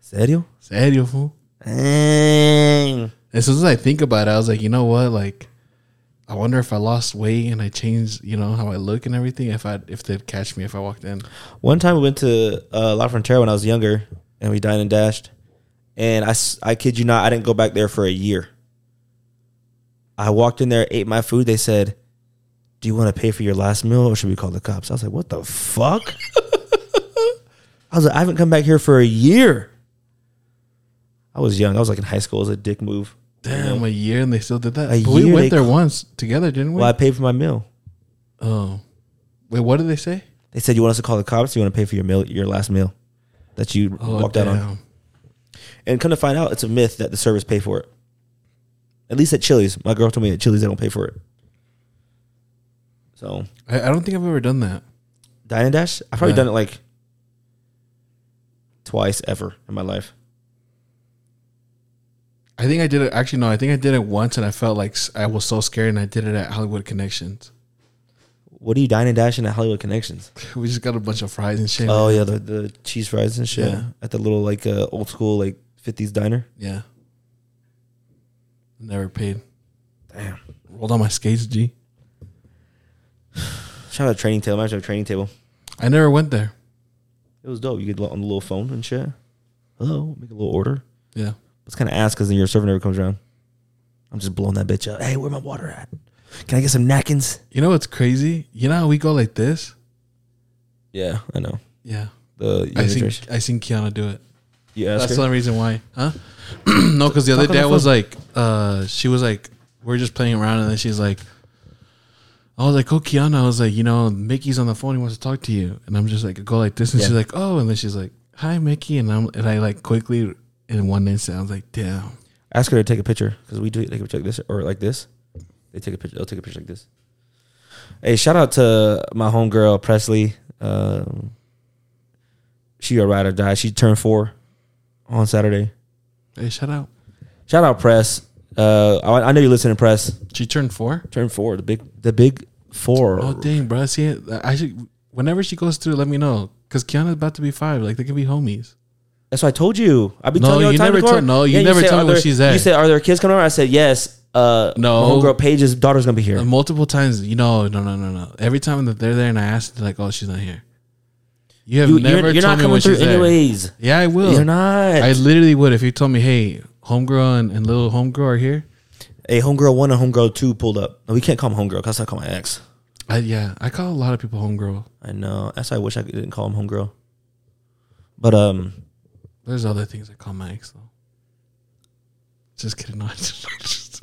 Speaker 1: Serio?
Speaker 2: Serio, fool.
Speaker 1: Dang.
Speaker 2: As soon as I think about it, I was like, you know what? Like, I wonder if I lost weight and I changed, you know, how I look and everything. If I if they'd catch me if I walked in.
Speaker 1: One time we went to uh, La Frontera when I was younger, and we dined and dashed. And I, s- I kid you not, I didn't go back there for a year. I walked in there, ate my food. They said, "Do you want to pay for your last meal, or should we call the cops?" I was like, "What the fuck?" I was like, "I haven't come back here for a year." I was young. I was like in high school. It was a dick move.
Speaker 2: Damn, a year and they still did that.
Speaker 1: A
Speaker 2: but we
Speaker 1: year
Speaker 2: went
Speaker 1: they
Speaker 2: there
Speaker 1: cl-
Speaker 2: once together, didn't we?
Speaker 1: Well, I paid for my meal.
Speaker 2: Oh, wait, what did they say?
Speaker 1: They said, "You want us to call the cops? You want to pay for your meal, your last meal that you
Speaker 2: Oh,
Speaker 1: walked out on?"
Speaker 2: damn.
Speaker 1: And come to find out, it's a myth that the servers pay for it. At least at Chili's, my girl told me at Chili's they don't pay for it. So
Speaker 2: I, I don't think I've ever done that.
Speaker 1: dine and dash, I've probably
Speaker 2: Yeah.
Speaker 1: done it like twice ever in my life.
Speaker 2: I think I did it. Actually, no, I think I did it once, and I felt like s- I was so scared, and I did it at Hollywood Connections.
Speaker 1: What are you dine and dashing at Hollywood Connections?
Speaker 2: We just got a bunch of fries and shit.
Speaker 1: Oh yeah, the, the cheese fries and shit
Speaker 2: Yeah.
Speaker 1: at the little like uh, old school like fifties diner.
Speaker 2: yeah. Never paid.
Speaker 1: Damn.
Speaker 2: Rolled on my skates, G.
Speaker 1: Shout out training table. I should have a training table.
Speaker 2: I never went there.
Speaker 1: It was dope. You could look on the little phone and shit. Hello, make a little order.
Speaker 2: Yeah.
Speaker 1: It's kind of ass because then your server never comes around. I'm just blowing that bitch up. Hey, where my water at? Can I get some napkins?
Speaker 2: You know what's crazy? You know how we go like this?
Speaker 1: Yeah, I know.
Speaker 2: Yeah.
Speaker 1: The
Speaker 2: I
Speaker 1: younger
Speaker 2: seen
Speaker 1: generation.
Speaker 2: I seen Kiana do it.
Speaker 1: You ask
Speaker 2: That's
Speaker 1: her?
Speaker 2: the only reason why. Huh? no, because the other
Speaker 1: Talk on
Speaker 2: day
Speaker 1: the
Speaker 2: I was like, uh, she was like, we are just playing around, and then she's like, I was like, oh, Kiana. I was like, you know, Mickey's on the phone. He wants to talk to you. And I'm just like, go like this. And
Speaker 1: Yeah.
Speaker 2: she's like, oh. And then she's like, hi, Mickey. And I'm, and I like quickly in one instant, I was like, damn.
Speaker 1: ask her to take a picture because we do it like, a picture like this or like this. They take a picture. They'll take a picture like this. Hey, shout out to my homegirl Presley. Um, she a ride or die. She turned four on Saturday.
Speaker 2: Hey, shout out.
Speaker 1: Shout out Press. Uh, I, I know you're listening, Press.
Speaker 2: She turned four.
Speaker 1: Turned four. The big, the big four.
Speaker 2: Oh, dang, bro. See, I should, whenever she goes through, let me know. Because Kiana's about to be five. Like, they can be homies.
Speaker 1: That's what I told you. I've been
Speaker 2: No,
Speaker 1: telling you all
Speaker 2: you
Speaker 1: the time.
Speaker 2: never
Speaker 1: before.
Speaker 2: told- no, you never
Speaker 1: said,
Speaker 2: told me
Speaker 1: "Are
Speaker 2: where
Speaker 1: there-
Speaker 2: she's at."
Speaker 1: You said, "Are there kids coming over?" I said, "Yes." Uh,
Speaker 2: No.
Speaker 1: my homegirl Paige's daughter's gonna be here.
Speaker 2: Uh, multiple times. You know, no, no, no, no. Every time that they're there and I ask, they're like, "Oh, she's not here." You have
Speaker 1: you,
Speaker 2: never
Speaker 1: are you're
Speaker 2: told
Speaker 1: not
Speaker 2: me
Speaker 1: coming
Speaker 2: when
Speaker 1: through
Speaker 2: she's there.
Speaker 1: anyways.
Speaker 2: Yeah, I will.
Speaker 1: You're not.
Speaker 2: I literally would if you told me, "Hey, homegirl and, and little homegirl are here."
Speaker 1: a homegirl one and homegirl two pulled up. No, we can't call him homegirl because I call my ex.
Speaker 2: I, yeah, I call a lot of people homegirl.
Speaker 1: I know. That's why I wish I didn't call him homegirl. But um,
Speaker 2: There's other things I call my ex though. Just kidding. No, just, just,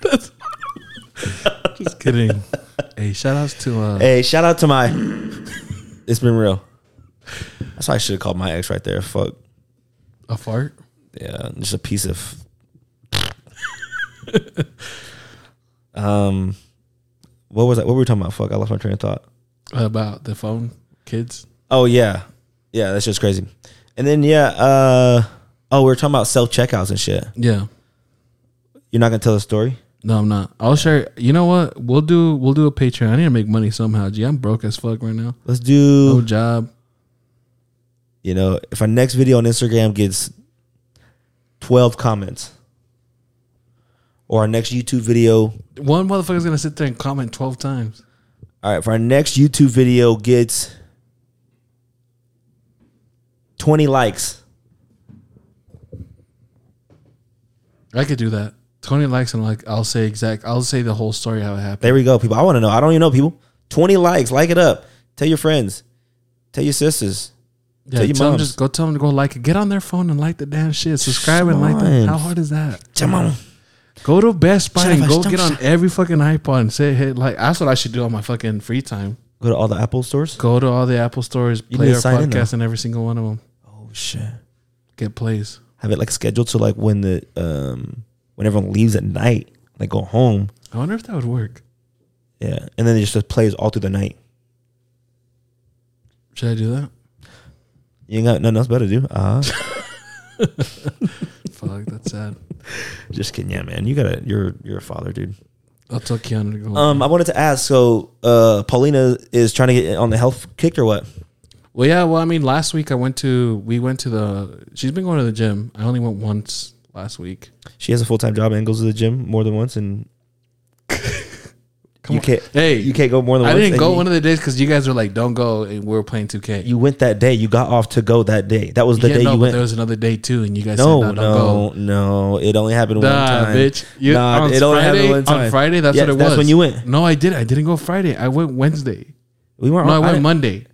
Speaker 2: That's- just kidding. Hey, shout outs to uh,
Speaker 1: hey, shout out to my. it's been real. That's why I should have called my ex right there. Fuck.
Speaker 2: a fart.
Speaker 1: Yeah, just a piece of. um, what was that? What were we talking about? Fuck, I lost my train of thought.
Speaker 2: about the phone kids.
Speaker 1: Oh yeah, yeah, that's just crazy. And then yeah, uh, oh, we were talking about self checkouts and shit.
Speaker 2: Yeah.
Speaker 1: You're not gonna tell the story.
Speaker 2: No, I'm not. I'll share. You know what? We'll do. We'll do a Patreon. I need to make money somehow. Gee, I'm broke as fuck right now.
Speaker 1: Let's
Speaker 2: No
Speaker 1: do.
Speaker 2: job.
Speaker 1: You know, if our next video on Instagram gets twelve comments, or our next YouTube video
Speaker 2: One motherfucker's gonna sit there and comment twelve times.
Speaker 1: All right, for our next YouTube video gets 20 likes.
Speaker 2: I could do that. Twenty likes and like I'll say exact. I'll say the whole story how it happened.
Speaker 1: There we go, people. I want to know. I don't even know, people. 20 likes. Like it up. Tell your friends. Tell your sisters.
Speaker 2: Yeah,
Speaker 1: tell your
Speaker 2: tell them
Speaker 1: moms.
Speaker 2: just go tell them to go like it. Get on their phone and like the damn shit. Subscribe and like.
Speaker 1: Fine.
Speaker 2: The, how hard is that?
Speaker 1: Come on.
Speaker 2: Go to Best Buy
Speaker 1: Shut
Speaker 2: and
Speaker 1: up,
Speaker 2: go
Speaker 1: shut up,
Speaker 2: get on
Speaker 1: shut
Speaker 2: every fucking iPod and say hey like. That's what I should do on my fucking free time.
Speaker 1: Go to all the Apple stores.
Speaker 2: Go to all the Apple stores,
Speaker 1: You
Speaker 2: play
Speaker 1: need to
Speaker 2: our
Speaker 1: sign in,
Speaker 2: podcast in every single one of them.
Speaker 1: Oh, shit.
Speaker 2: Get plays.
Speaker 1: Have it like scheduled to like when the, um, when everyone leaves at night, like go home.
Speaker 2: I wonder if that would work.
Speaker 1: Yeah. And then it just plays all through the night.
Speaker 2: Should I do that?
Speaker 1: You ain't got nothing else better to do. Uh,
Speaker 2: Fuck, that's sad.
Speaker 1: just kidding. Yeah, man. You gotta, you're, you're a father, dude.
Speaker 2: I'll tell Keanu to go.
Speaker 1: Um, I wanted to ask. So, uh, Paulina is trying to get on the health kick or what?
Speaker 2: well, yeah. Well, I mean, last week I went to. We went to the. She's been going to the gym. I only went once last week.
Speaker 1: She has a full time job and goes to the gym more than once, and
Speaker 2: Come
Speaker 1: you
Speaker 2: on.
Speaker 1: can't.
Speaker 2: Hey,
Speaker 1: you can't go more than.
Speaker 2: I
Speaker 1: once,
Speaker 2: didn't
Speaker 1: and
Speaker 2: go
Speaker 1: you,
Speaker 2: one of the days because you guys were like, "Don't go," and we were playing 2K.
Speaker 1: You went that day. You got off to go that day. That was the
Speaker 2: yeah,
Speaker 1: day
Speaker 2: no,
Speaker 1: you
Speaker 2: but
Speaker 1: went.
Speaker 2: there was another day too, and you guys
Speaker 1: No,
Speaker 2: said, "No, don't
Speaker 1: no,
Speaker 2: go."
Speaker 1: no. It only happened one
Speaker 2: Nah,
Speaker 1: time,
Speaker 2: bitch. You,
Speaker 1: nah,
Speaker 2: on
Speaker 1: it only
Speaker 2: Friday,
Speaker 1: happened one time.
Speaker 2: On Friday, that's
Speaker 1: Yes,
Speaker 2: what it was.
Speaker 1: That's when you went.
Speaker 2: No, I did. I didn't go Friday. I went Wednesday.
Speaker 1: We weren't.
Speaker 2: No, I
Speaker 1: on-
Speaker 2: went
Speaker 1: didn't-
Speaker 2: Monday,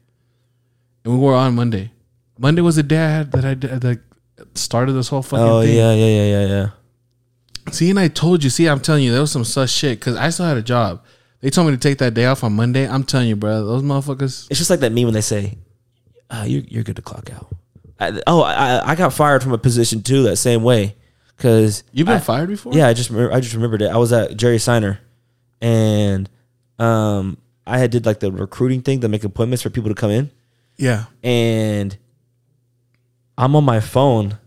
Speaker 2: and we were on Monday. Monday was the day I had that I did, that started this whole fucking
Speaker 1: Oh
Speaker 2: thing.
Speaker 1: yeah, yeah, yeah, yeah, yeah.
Speaker 2: See, and I told you. See, I'm telling you, there was some sus shit because I still had a job. They told me to take that day off on Monday. I'm telling you, bro, those motherfuckers.
Speaker 1: It's just like that meme when they say, uh, "You're you're good to clock out." I, oh, I I got fired from a position too that same way because
Speaker 2: You've been fired before?
Speaker 1: Yeah, I just remember, I just remembered it. I was at Jerry Seiner, and um, I had did like the recruiting thing to make appointments for people to come in,
Speaker 2: yeah.
Speaker 1: and I'm on my phone.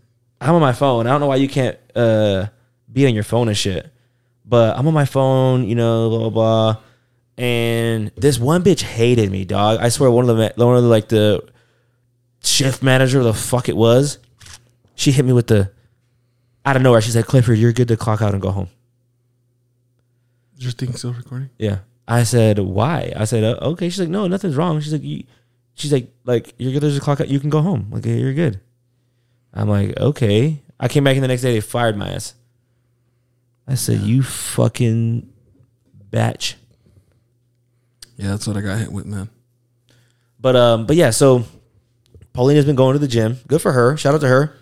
Speaker 1: I'm on my phone. I don't know why you can't uh, be on your phone and shit, but I'm on my phone. You know, blah blah blah. And this one bitch hated me, dog. I swear, one of the ma- one of the, like the shift manager, the fuck it was. She hit me with the out of nowhere. She said, "Clifford, you're good to clock out and go home."
Speaker 2: Is your thing still recording?
Speaker 1: Yeah. I said, why? I said, uh, okay. She's like, no, nothing's wrong. She's like, you, she's like, like you're good. There's a clock out. You can go home. Like you're good. I'm like, okay. I came back in the next day. They fired my ass. I said, you fucking batch.
Speaker 2: Yeah, that's what I got hit with, man.
Speaker 1: But um, but yeah. So Paulina's been going to the gym. Good for her. Shout out to her.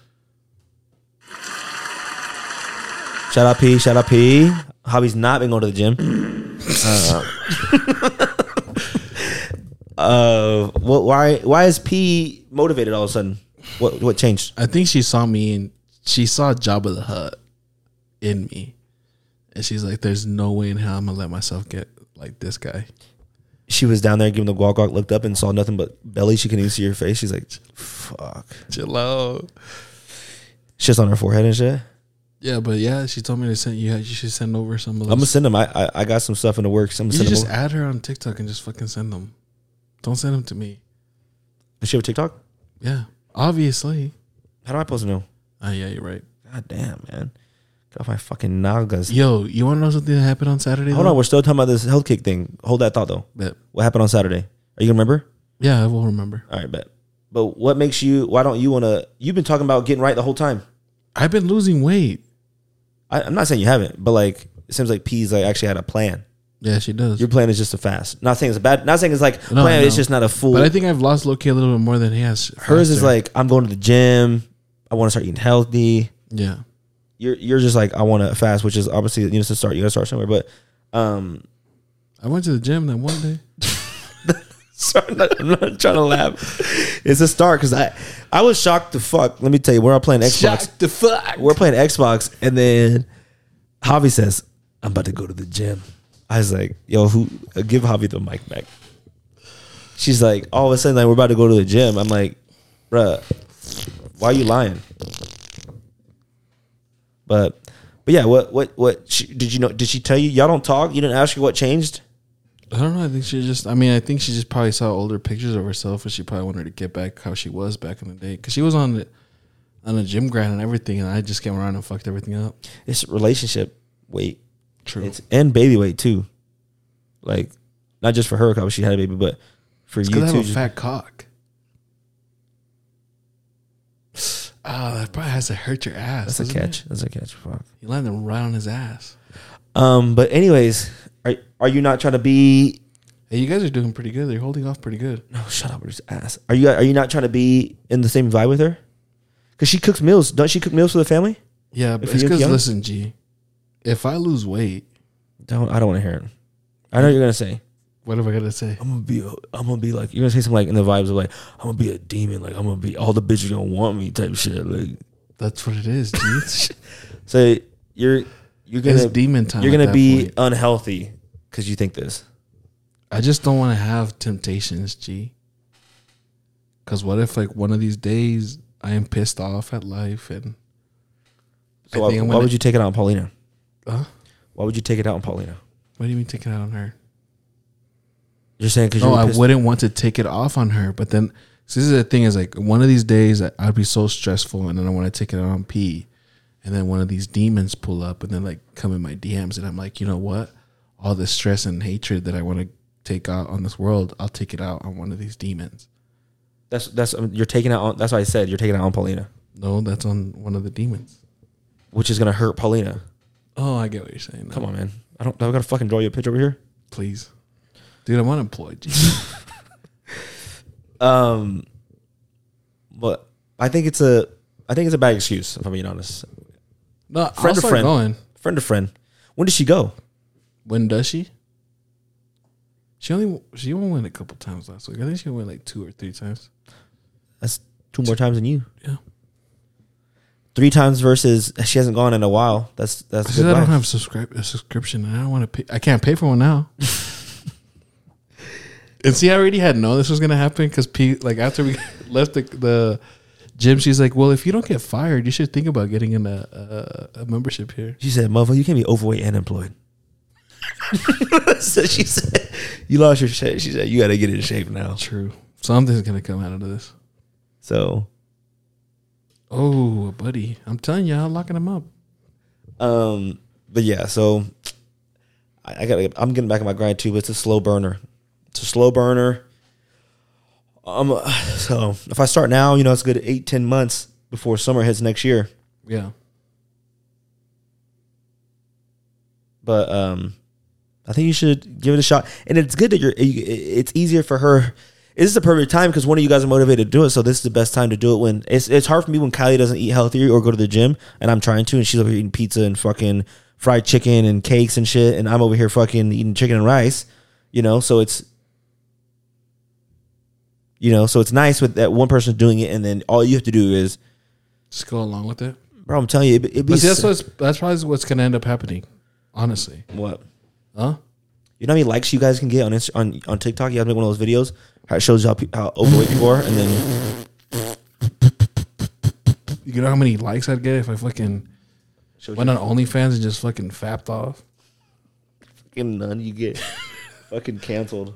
Speaker 1: Shout out P. Shout out P. Hobby's not been going to the gym. Uh, uh, what? Why? Why is P motivated all of a sudden? What? What changed?
Speaker 2: I think she saw me and she saw Jabba the Hutt in me. And she's like, there's no way in hell I'm going to let myself get like this guy.
Speaker 1: She was down there giving the walk walk, looked up and saw nothing but belly. She couldn't even see her face. She's like, "Fuck."
Speaker 2: Chill out.
Speaker 1: Shit's on her forehead and shit.
Speaker 2: Yeah, but yeah, she told me to send you. You should send over some of those.
Speaker 1: I'm gonna send them. I I, I got some stuff in the works. I'm gonna
Speaker 2: you
Speaker 1: send
Speaker 2: should
Speaker 1: them.
Speaker 2: just
Speaker 1: over.
Speaker 2: add her on TikTok and just fucking send them. Don't send them to me.
Speaker 1: Does she have a TikTok?
Speaker 2: Yeah, obviously.
Speaker 1: How do I post to know?
Speaker 2: Oh yeah, you're right.
Speaker 1: God damn, man. Get off my fucking nagas.
Speaker 2: Yo, you want to know something that happened on Saturday?
Speaker 1: Hold
Speaker 2: though?
Speaker 1: on, we're still talking about this health kick thing. Hold that thought though.
Speaker 2: Bet.
Speaker 1: What happened on Saturday? Are you gonna remember?
Speaker 2: Yeah, I will remember.
Speaker 1: All right, bet. But what makes you? Why don't you wanna? You've been talking about getting right the whole time.
Speaker 2: I've been losing weight.
Speaker 1: I, I'm not saying you haven't, but like it seems like P's like actually had a plan.
Speaker 2: Yeah, she does.
Speaker 1: Your plan is just to fast. Not saying it's a bad. Not saying it's like
Speaker 2: No,
Speaker 1: plan.
Speaker 2: I
Speaker 1: It's
Speaker 2: know.
Speaker 1: just not a full.
Speaker 2: but I think I've lost Loki a little bit more than he has.
Speaker 1: hers is
Speaker 2: faster.
Speaker 1: like I'm going to the gym. I want to start eating healthy.
Speaker 2: yeah.
Speaker 1: You're you're just like I want to fast, which is obviously you know to start. You gotta start somewhere. But um,
Speaker 2: I went to the gym that one day.
Speaker 1: Sorry, I'm not, I'm not trying to laugh. It's a start because I, I was shocked to fuck. Let me tell you, we're all playing Xbox.
Speaker 2: the fuck.
Speaker 1: We're playing Xbox, and then Javi says, "I'm about to go to the gym." I was like, "Yo, who? uh, Give Javi the mic back." She's like, all of a sudden, like we're about to go to the gym. I'm like, "Bruh, why are you lying?" But, but yeah, what, what, what? She, did you know? Did she tell you? Y'all don't talk. You didn't ask her what changed.
Speaker 2: I don't know. I think she just. I mean, I think she just probably saw older pictures of herself, and she probably wanted to get back how she was back in the day. Because she was on the, on a gym grind and everything, and I just came around and fucked everything up.
Speaker 1: It's relationship weight.
Speaker 2: True.
Speaker 1: It's and baby weight too. Like not just for her because she had a baby, but for you
Speaker 2: Because I
Speaker 1: too.
Speaker 2: have a
Speaker 1: just-
Speaker 2: fat cock. Oh, that probably has to hurt your ass.
Speaker 1: that's a
Speaker 2: doesn't it?
Speaker 1: catch. That's a catch. Fuck.
Speaker 2: You landed right on his ass.
Speaker 1: Um, but anyways, are are you not trying to be?
Speaker 2: Hey, you guys are doing pretty good. They're holding off pretty good.
Speaker 1: No, shut up. It's ass. Are you are you not trying to be in the same vibe with her? Because she cooks meals. Don't she cook meals for the family?
Speaker 2: Yeah, but
Speaker 1: If
Speaker 2: it's
Speaker 1: you're
Speaker 2: because
Speaker 1: young-
Speaker 2: listen, G, if I lose weight,
Speaker 1: Don't. I don't want to hear it. I know what you're gonna say.
Speaker 2: what am I gonna say?
Speaker 1: I'm gonna be. A, I'm gonna be like. You're gonna say something like in the vibes of like. I'm gonna be a demon. Like I'm gonna be. All the bitches gonna want me. Type shit. Like.
Speaker 2: That's what it is, G. it's
Speaker 1: So you're. You're gonna.
Speaker 2: demon time.
Speaker 1: you're
Speaker 2: at
Speaker 1: gonna
Speaker 2: that
Speaker 1: be
Speaker 2: point.
Speaker 1: unhealthy because you think this.
Speaker 2: I just don't want to have temptations, G. Because what if, like, one of these days I am pissed off at life and
Speaker 1: So
Speaker 2: I
Speaker 1: why,
Speaker 2: think I'm
Speaker 1: why
Speaker 2: gonna-
Speaker 1: would you take it out on Paulina?
Speaker 2: Huh?
Speaker 1: Why would you take it out on Paulina?
Speaker 2: what do you mean take it out on her?
Speaker 1: You're saying because
Speaker 2: No,
Speaker 1: you're
Speaker 2: I
Speaker 1: pissed-
Speaker 2: wouldn't want to take it off on her. But then, so this is the thing: is like one of these days I- I'd be so stressful, and then I want to take it out on P, and then one of these demons pull up, and then like come in my DMs, and I'm like, you know what? all this stress and hatred that I want to take out on this world, I'll take it out on one of these demons.
Speaker 1: That's that's um, you're taking out. On, that's why I said you're taking out on Paulina,
Speaker 2: No, that's on one of the demons.
Speaker 1: which is gonna hurt Paulina.
Speaker 2: Oh, I get what you're saying. now.
Speaker 1: Come on, man. I don't. I gotta fucking draw you a picture over here.
Speaker 2: please, dude. I'm unemployed. Jesus.
Speaker 1: Um, but I think it's a. I think it's a bad excuse. If I'm being honest,
Speaker 2: no, I'll
Speaker 1: Friend of
Speaker 2: start
Speaker 1: friend.
Speaker 2: going.
Speaker 1: friend to friend. When did she go?
Speaker 2: When does she? She only she only went a couple times last week. I think she went like two or three times.
Speaker 1: That's two more times than you.
Speaker 2: Yeah,
Speaker 1: Three times versus she hasn't gone in a while. That's that's
Speaker 2: because
Speaker 1: good.
Speaker 2: I don't
Speaker 1: life.
Speaker 2: have subscribe a subscription, and I don't want to pay. I can't pay for one now. and see, I already had known this was gonna happen because Pete, like after we left the, the gym, she's like, "Well, if you don't get fired, you should think about getting in a, a, a membership here."
Speaker 1: She said, "Motherfucker, you can't be overweight and employed." so she said, "You lost your shit." She said, "You got to get in shape now."
Speaker 2: True, something's gonna come out of this.
Speaker 1: So,
Speaker 2: Oh, buddy, I'm telling you, I'm locking him up.
Speaker 1: um, but yeah, so I, I got. to I'm getting back on my grind too, but it's a slow burner. It's a slow burner. Um, so if I start now, you know, it's a good eight ten months before summer hits next year.
Speaker 2: Yeah.
Speaker 1: but um, I think you should give it a shot. And it's good that you're. you- It's easier for her. This is the perfect time because one of you guys are motivated to do it. So this is the best time to do it. When it's it's hard for me when Kylie doesn't eat healthy or go to the gym, and I'm trying to, and she's over here eating pizza and fucking fried chicken and cakes and shit, and I'm over here fucking eating chicken and rice. You know, so it's. You know, so it's nice with that one person doing it, and then all you have to do is,
Speaker 2: Just go along with it.
Speaker 1: bro. I'm telling you, it, it be
Speaker 2: But see, that's
Speaker 1: what,
Speaker 2: what's that's probably what's gonna end up happening, honestly.
Speaker 1: what
Speaker 2: Huh?
Speaker 1: You know how many likes you guys can get on Inst- on on TikTok? You have to make one of those videos how it shows you how, pe- how overweight people are, and then
Speaker 2: You know how many likes I'd get if I fucking
Speaker 1: Showed
Speaker 2: went on OnlyFans and just fucking fapped off.
Speaker 1: fucking none you get fucking canceled.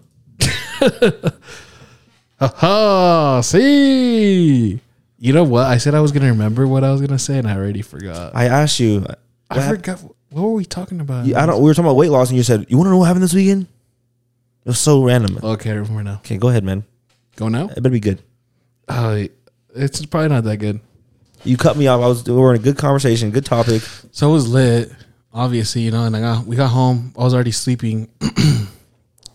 Speaker 2: Ha ha! See, you know what? I said I was gonna remember what I was gonna say, and I already forgot.
Speaker 1: I asked you, what
Speaker 2: I
Speaker 1: hap-
Speaker 2: forgot. What were we talking about?
Speaker 1: I don't. We were talking about weight loss, and you said you want to know what happened this weekend. It was so random.
Speaker 2: Okay, I remember now.
Speaker 1: Okay, go ahead, man.
Speaker 2: Go now.
Speaker 1: It better be good.
Speaker 2: Uh, it's probably not that good.
Speaker 1: You cut me off. I was. We were in a good conversation, good topic.
Speaker 2: So it was lit, obviously, you know, and I got, we got home. I was already sleeping.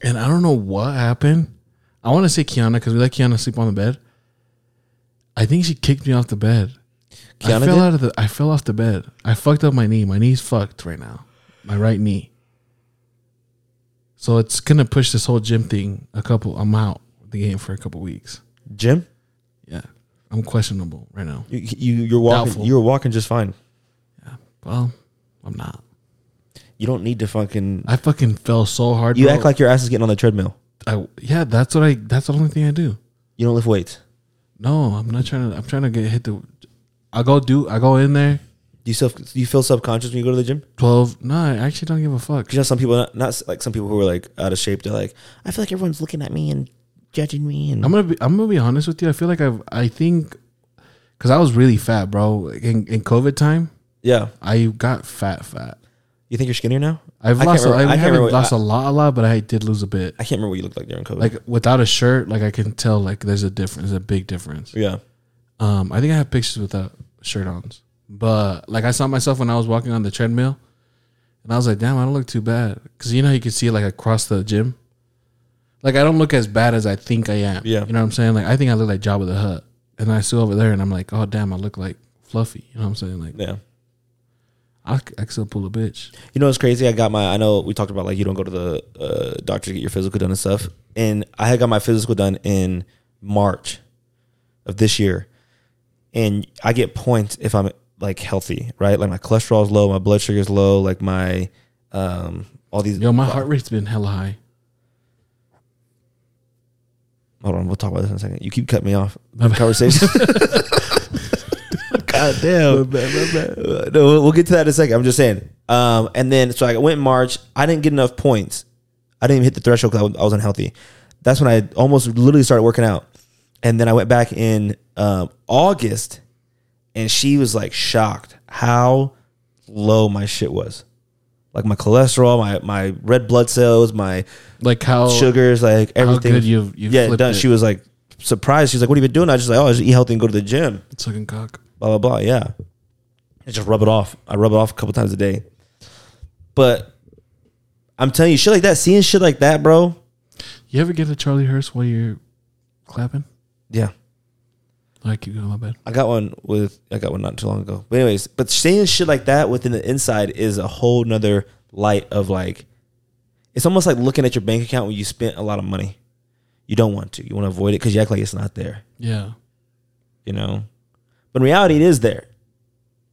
Speaker 2: and I don't know what happened. I want to say Kiana because we let Kiana sleep on the bed. I think she kicked me off the bed. I
Speaker 1: Kiana
Speaker 2: fell
Speaker 1: did?
Speaker 2: out of the I fell off the bed. I fucked up my knee. My knee's fucked right now. My right knee. So it's gonna push this whole gym thing a couple I'm out the game for a couple weeks.
Speaker 1: Jim,
Speaker 2: Yeah. I'm questionable right now.
Speaker 1: you, you you're walking.
Speaker 2: Doubtful.
Speaker 1: You're walking just fine.
Speaker 2: Well, I'm not.
Speaker 1: You don't need to fucking.
Speaker 2: I fucking fell so hard.
Speaker 1: You
Speaker 2: bro.
Speaker 1: act like your ass is getting on the treadmill.
Speaker 2: I yeah, that's what I. That's the only thing I do.
Speaker 1: You don't lift weights.
Speaker 2: No, I'm not trying to. I'm trying to get hit the. I go do. I go in there.
Speaker 1: Do you self? Do you feel subconscious when you go to the gym?
Speaker 2: Twelve. No, I actually don't give a fuck.
Speaker 1: Because you know, some people, not, not like some people who are like out of shape, they're like, I feel like everyone's looking at me and judging me. And
Speaker 2: I'm gonna be. I'm gonna be honest with you. I feel like I've. I think, cause I was really fat, bro. Like in, in COVID time,
Speaker 1: yeah,
Speaker 2: I got fat, fat.
Speaker 1: you think you're skinnier now?
Speaker 2: I've
Speaker 1: I can't
Speaker 2: lost. a-
Speaker 1: remember- I
Speaker 2: I,
Speaker 1: can't
Speaker 2: haven't
Speaker 1: remember-
Speaker 2: lost a lot, a lot, but I did lose a bit.
Speaker 1: I can't remember what you looked like during COVID.
Speaker 2: Like without a shirt, like I can tell. Like there's a difference. A big difference.
Speaker 1: yeah,
Speaker 2: Um, I think I have pictures without shirt on. But like I saw myself when I was walking on the treadmill, and I was like, "Damn, I don't look too bad." Because you know how you can see like across the gym. Like I don't look as bad as I think I am.
Speaker 1: Yeah.
Speaker 2: you know what I'm saying. Like I think I look like Jabba the Hutt, and I see over there, and I'm like, "Oh damn, I look like Fluffy." You know what I'm saying? Like
Speaker 1: yeah.
Speaker 2: I, c- I can still pull a bitch.
Speaker 1: You know what's crazy? I got my. I know we talked about like you don't go to the uh, doctor to get your physical done and stuff. And I had got my physical done in March of this year, and I get points if I'm like healthy, right? Like my cholesterol is low, my blood sugar is low, like my um all these.
Speaker 2: Yo, my heart rate's been hella high.
Speaker 1: Hold on, we'll talk about this in a second. You keep cutting me off.
Speaker 2: My bad.
Speaker 1: Conversation. God damn. Uh, No, we'll we'll get to that in a second. I'm just saying. Um, and then so I went in March. I didn't get enough points. I didn't even hit the threshold because I, was- I was unhealthy. That's when I almost literally started working out. And then I went back in um, August, and she was like shocked how low my shit was. like my cholesterol, my my red blood cells, my
Speaker 2: Like Oh, how
Speaker 1: sugars, like everything.
Speaker 2: good you've- you've
Speaker 1: yeah,
Speaker 2: flipped
Speaker 1: done.
Speaker 2: it.
Speaker 1: she was like surprised. She's like, "What have you been doing?" I was just like, "Oh, I just eat healthy and go to the gym."
Speaker 2: sucking cock.
Speaker 1: Blah blah blah. Yeah, I just rub it off. I rub it off a couple times a day. But I'm telling you, shit like that, seeing shit like that, bro.
Speaker 2: You ever get a Charlie Hearst while you're clapping?
Speaker 1: Yeah,
Speaker 2: I keep going. My bad.
Speaker 1: I got one with I got one not too long ago. But anyways, but seeing shit like that within the inside is a whole nother light of like it's almost like looking at your bank account when you spent a lot of money. You don't want to. You want to avoid it because you act like it's not there,
Speaker 2: Yeah.
Speaker 1: you know? But in reality it is there.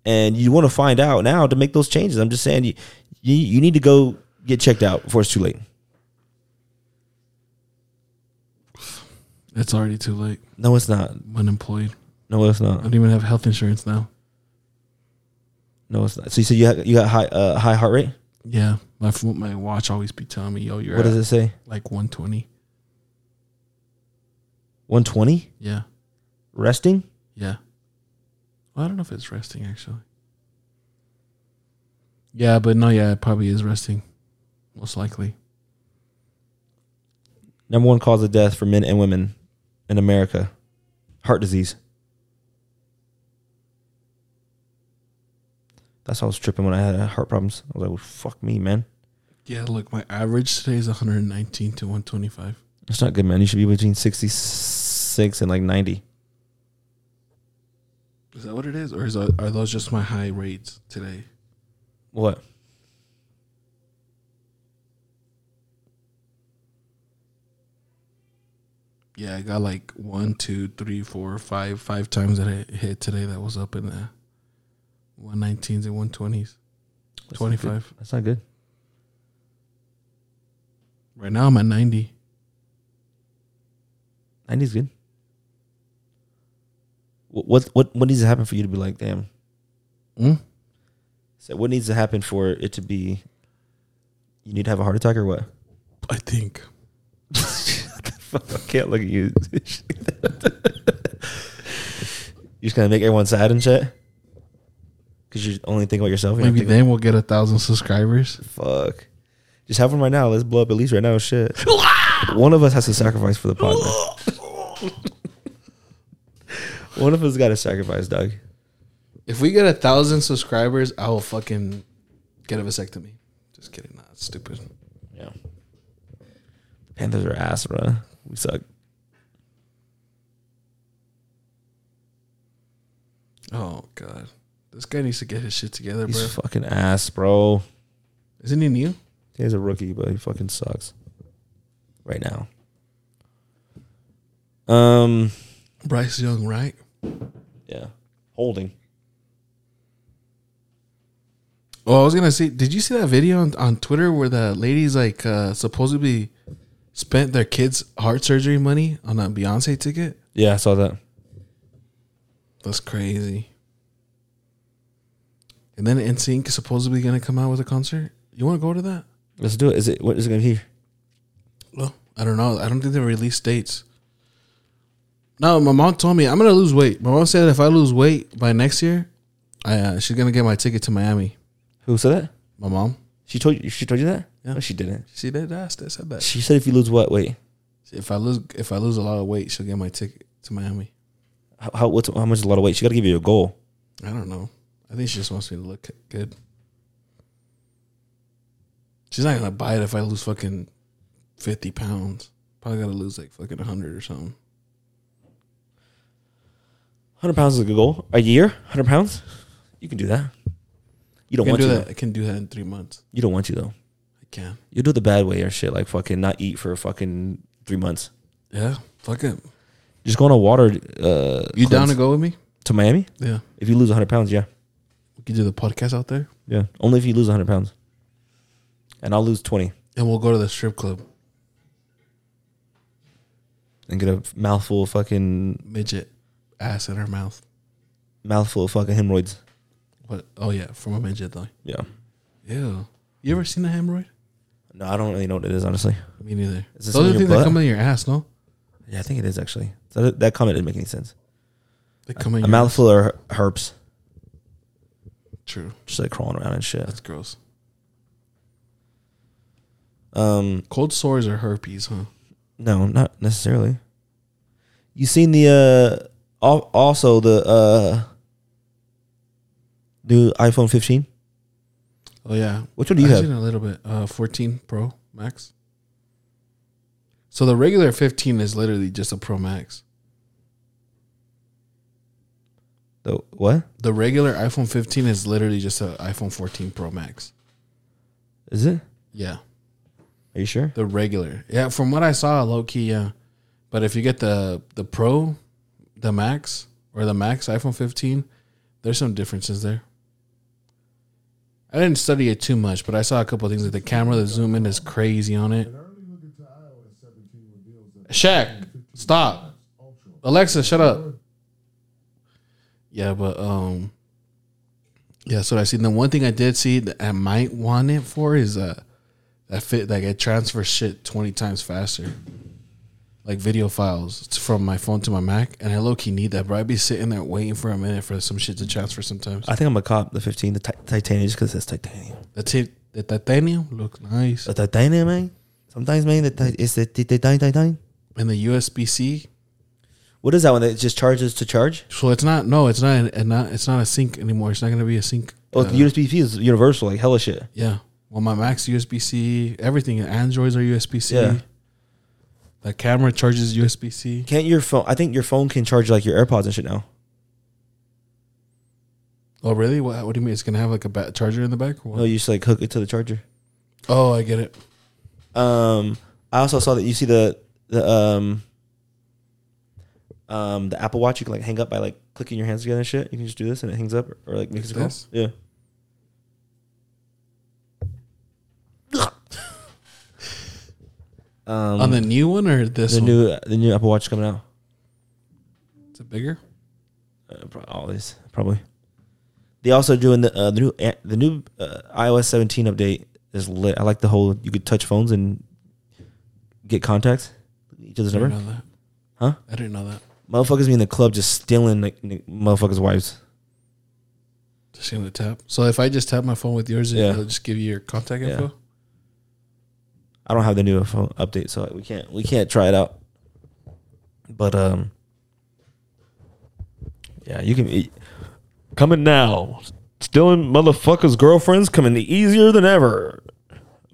Speaker 1: And you want to find out now to make those changes. I'm just saying you you, you need to go get checked out before it's too late.
Speaker 2: It's already too late.
Speaker 1: No, it's not.
Speaker 2: I'm unemployed.
Speaker 1: No, it's
Speaker 2: I
Speaker 1: not.
Speaker 2: don't even have health insurance now.
Speaker 1: No, it's not. So you said you had, you got high uh, high heart rate.
Speaker 2: Yeah. My ph- my watch always be telling me, yo, you're
Speaker 1: What
Speaker 2: at
Speaker 1: does it say?
Speaker 2: like 120.
Speaker 1: 120
Speaker 2: Yeah.
Speaker 1: resting.
Speaker 2: Yeah. Well, I don't know if it's resting actually. Yeah, but no, yeah, it probably is resting. Most likely.
Speaker 1: Number one cause of death for men and women in America heart disease. That's how I was tripping when I had heart problems. I was like, well, fuck me, man.
Speaker 2: Yeah, look, my average today is 119 to 125.
Speaker 1: That's not good, man. You should be between 66 and like 90.
Speaker 2: Is that what it is, or is that, are those just my high rates today?
Speaker 1: What?
Speaker 2: Yeah, I got like one, two, three, four, five, five times that I hit today. That was up in the 119s and 120s.
Speaker 1: That's not good.
Speaker 2: 25.
Speaker 1: That's not good.
Speaker 2: Right now I'm at 90.
Speaker 1: 90 is good. What, what, what, what needs to happen for you to be like, damn?
Speaker 2: Mm?
Speaker 1: So what needs to happen for it to be, you need to have a heart attack or what?
Speaker 2: I think.
Speaker 1: Fuck, I can't look at you. you just gonna make everyone sad and shit? Cause you only think about yourself. you don't
Speaker 2: Maybe
Speaker 1: think
Speaker 2: then we'll get a thousand subscribers.
Speaker 1: about- fuck. Just have one right now. Let's blow up at least right now. Shit. one of us has to sacrifice for the pod. man. one of us got to sacrifice, Doug.
Speaker 2: If we get a thousand subscribers, I will fucking get a vasectomy. Just kidding, not stupid.
Speaker 1: Yeah. Panthers are ass, bro. We suck.
Speaker 2: Oh god, this guy needs to get his shit together,
Speaker 1: He's
Speaker 2: bro.
Speaker 1: fucking ass, bro.
Speaker 2: Isn't he new?
Speaker 1: He's a rookie, but he fucking sucks right now. Um,
Speaker 2: Bryce Young, right?
Speaker 1: yeah, holding.
Speaker 2: Oh, I was gonna say, did you see that video on, on Twitter where the ladies like uh, supposedly spent their kids' heart surgery money on a Beyonce ticket?
Speaker 1: Yeah, I saw that.
Speaker 2: That's crazy. And then NSYNC is supposedly gonna come out with a concert. You want to go to that?
Speaker 1: Let's do it. Is it what is it gonna be?
Speaker 2: Well, I don't know. I don't think they released dates. No, my mom told me I'm gonna lose weight. My mom said if I lose weight by next year, I uh, she's gonna get my ticket to Miami.
Speaker 1: Who said that?
Speaker 2: My mom,
Speaker 1: She told you. She told you that?
Speaker 2: Yeah.
Speaker 1: No, she didn't.
Speaker 2: she did ask. I said that
Speaker 1: She said if you lose what? Wait,
Speaker 2: if I lose if I lose a lot of weight, she'll get my ticket to Miami.
Speaker 1: how how, what's, how much is a lot of weight? She got to give you a goal.
Speaker 2: I don't know. I think she just wants me to look good. She's not gonna buy it if I lose fucking fifty pounds. Probably gotta lose like fucking hundred or something.
Speaker 1: Hundred pounds is a good goal. A year, hundred pounds. You can do that. You
Speaker 2: I
Speaker 1: don't
Speaker 2: can
Speaker 1: want
Speaker 2: do
Speaker 1: to.
Speaker 2: that.
Speaker 1: though.
Speaker 2: I can do that in three months.
Speaker 1: You don't want to though.
Speaker 2: I can.
Speaker 1: You do it the bad way or shit like fucking not eat for fucking three months.
Speaker 2: Yeah. Fuck it.
Speaker 1: Just go on a water. Uh,
Speaker 2: You down
Speaker 1: cleanse.
Speaker 2: to go with me?
Speaker 1: to Miami?
Speaker 2: Yeah.
Speaker 1: If you lose hundred pounds, yeah.
Speaker 2: We could do the podcast out there
Speaker 1: Yeah, only if you lose 100 pounds. And I'll lose 20
Speaker 2: and we'll go to the strip club.
Speaker 1: and get a mouthful of fucking
Speaker 2: Midget ass in her mouth.
Speaker 1: mouthful of fucking hemorrhoids.
Speaker 2: What? Oh, yeah. From a midget, though.
Speaker 1: Yeah.
Speaker 2: Ew. You ever seen a hemorrhoid?
Speaker 1: No, I don't really know what it is, honestly.
Speaker 2: Me neither.
Speaker 1: Is this
Speaker 2: Those
Speaker 1: in
Speaker 2: are the
Speaker 1: your
Speaker 2: things
Speaker 1: butt?
Speaker 2: that come in your ass, no?
Speaker 1: Yeah, I think it is actually. So that, that comment didn't make any sense.
Speaker 2: They come in
Speaker 1: A
Speaker 2: your
Speaker 1: mouthful of her- herpes,
Speaker 2: True.
Speaker 1: just like crawling around and shit.
Speaker 2: That's gross.
Speaker 1: Um,
Speaker 2: Cold sores are herpes, huh?
Speaker 1: no, not necessarily. You seen the uh, al- also the uh, new iPhone 15?
Speaker 2: Oh yeah.
Speaker 1: Which one do you
Speaker 2: I've
Speaker 1: have?
Speaker 2: seen a little bit. Uh, 14 Pro Max. So the regular 15 is literally just a Pro Max.
Speaker 1: The what
Speaker 2: The regular iPhone 15 is literally just an iPhone 14 Pro Max.
Speaker 1: is it?
Speaker 2: Yeah,
Speaker 1: Are you sure?
Speaker 2: the regular. Yeah, from what I saw, low key. Yeah, but if you get the the Pro, the Max or the Max iPhone 15, there's some differences there. I didn't study it too much, but I saw a couple of things like the camera, the zoom in is crazy on it. Shaq, stop. Alexa, shut up. Yeah, but um, yeah. So I seen the one thing I did see that I might want it for is uh that fit like it transfers shit twenty times faster, like video files t- from my phone to my Mac, and I low key need that. But I'd be sitting there waiting for a minute for some shit to transfer sometimes.
Speaker 1: I think I'm gonna cop the 15, the ti- titanium, just because it's titanium.
Speaker 2: The ti- the titanium look nice,
Speaker 1: The titanium, man. Sometimes, man, the ti- it's the ti- titanium, titanium.
Speaker 2: and the USB C.
Speaker 1: What is that one? That it just charges to charge?
Speaker 2: So it's not no, it's not, and not it's not a sync anymore. It's not gonna be a sync.
Speaker 1: Oh,
Speaker 2: uh,
Speaker 1: the USB C is universal, like hella shit.
Speaker 2: Yeah. Well, my Mac's USB C. Everything. Androids are USB C.
Speaker 1: Yeah.
Speaker 2: The camera charges USB C.
Speaker 1: Can't your phone? I think your phone can charge like your AirPods and shit now.
Speaker 2: Oh, really? What, what do you mean? It's gonna have like a ba- charger in the back? Or what?
Speaker 1: No, you just like hook it to the charger.
Speaker 2: Oh, I get it.
Speaker 1: Um, I also saw that you see the the um um the Apple Watch you can like hang up by like clicking your hands together and shit. You can just do this and it hangs up or, or, like makes a call.
Speaker 2: This?
Speaker 1: Yeah. um,
Speaker 2: On the new one or this
Speaker 1: the
Speaker 2: one?
Speaker 1: new the new Apple Watch coming out.
Speaker 2: Is it bigger?
Speaker 1: Uh, pro- all these probably. They also doing the uh, the new a- the new uh, iOS 17 update is lit. I like the whole you could touch phones and get contacts each other's
Speaker 2: I didn't
Speaker 1: number.
Speaker 2: know that.
Speaker 1: Huh?
Speaker 2: I didn't know that.
Speaker 1: Motherfuckers be in the club just stealing like n- motherfuckers' wives.
Speaker 2: Just gonna tap. So if I just tap my phone with yours,
Speaker 1: Yeah.
Speaker 2: it'll just give you your contact
Speaker 1: Yeah.
Speaker 2: info.
Speaker 1: I don't have the new phone update, so we can't we can't try it out. But um, yeah, you can it- coming now. Stealing motherfuckers' girlfriends coming easier than ever,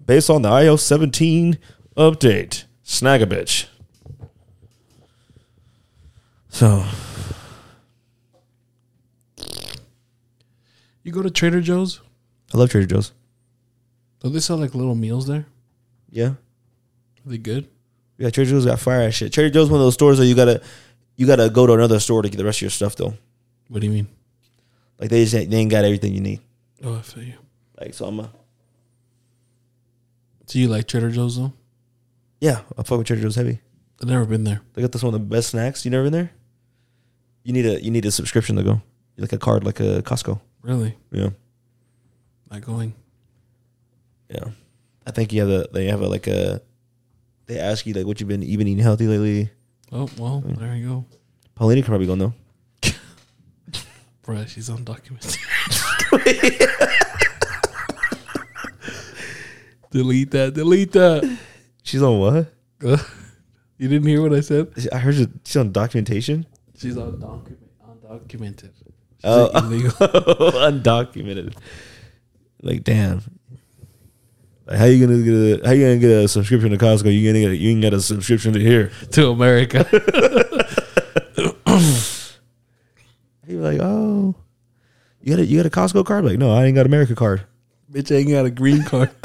Speaker 1: based on the iOS 17 update. Snag a bitch. So
Speaker 2: You go to Trader Joe's.
Speaker 1: I love Trader Joe's.
Speaker 2: Do they sell like little meals there?
Speaker 1: Yeah.
Speaker 2: Are they good?
Speaker 1: Yeah, Trader Joe's got fire ass shit. Trader Joe's one of those stores that you gotta you gotta go to another store to get the rest of your stuff though.
Speaker 2: What do you mean?
Speaker 1: Like they just ain't, they ain't got everything you need.
Speaker 2: Oh, I feel you.
Speaker 1: Like so I'm a
Speaker 2: Do you like Trader Joe's though?
Speaker 1: yeah I fuck with Trader Joe's heavy.
Speaker 2: I've never been there.
Speaker 1: They got this one of the best snacks. You never been there? You need a you need a subscription to go like a card like a Costco.
Speaker 2: Really?
Speaker 1: Yeah,
Speaker 2: Not going.
Speaker 1: yeah. I think you have a they have a like a they ask you like what you've been even eating healthy lately.
Speaker 2: Oh well, there you go.
Speaker 1: Paulina can probably go no.
Speaker 2: Bruh, she's on documentary. delete that. Delete that.
Speaker 1: She's on what?
Speaker 2: you didn't hear what I said?
Speaker 1: I heard you- she's on documentation.
Speaker 2: She's undocumented. Undocumented. She's
Speaker 1: Oh.
Speaker 2: like, illegal.
Speaker 1: undocumented. Like damn. Like, how you gonna get a how you gonna get a subscription to Costco? You gonna get a, you ain't got a subscription to here.
Speaker 2: to America.
Speaker 1: He was like, oh, you got a you got a Costco card? Like, no, I ain't got America card.
Speaker 2: Bitch ain't got a green card.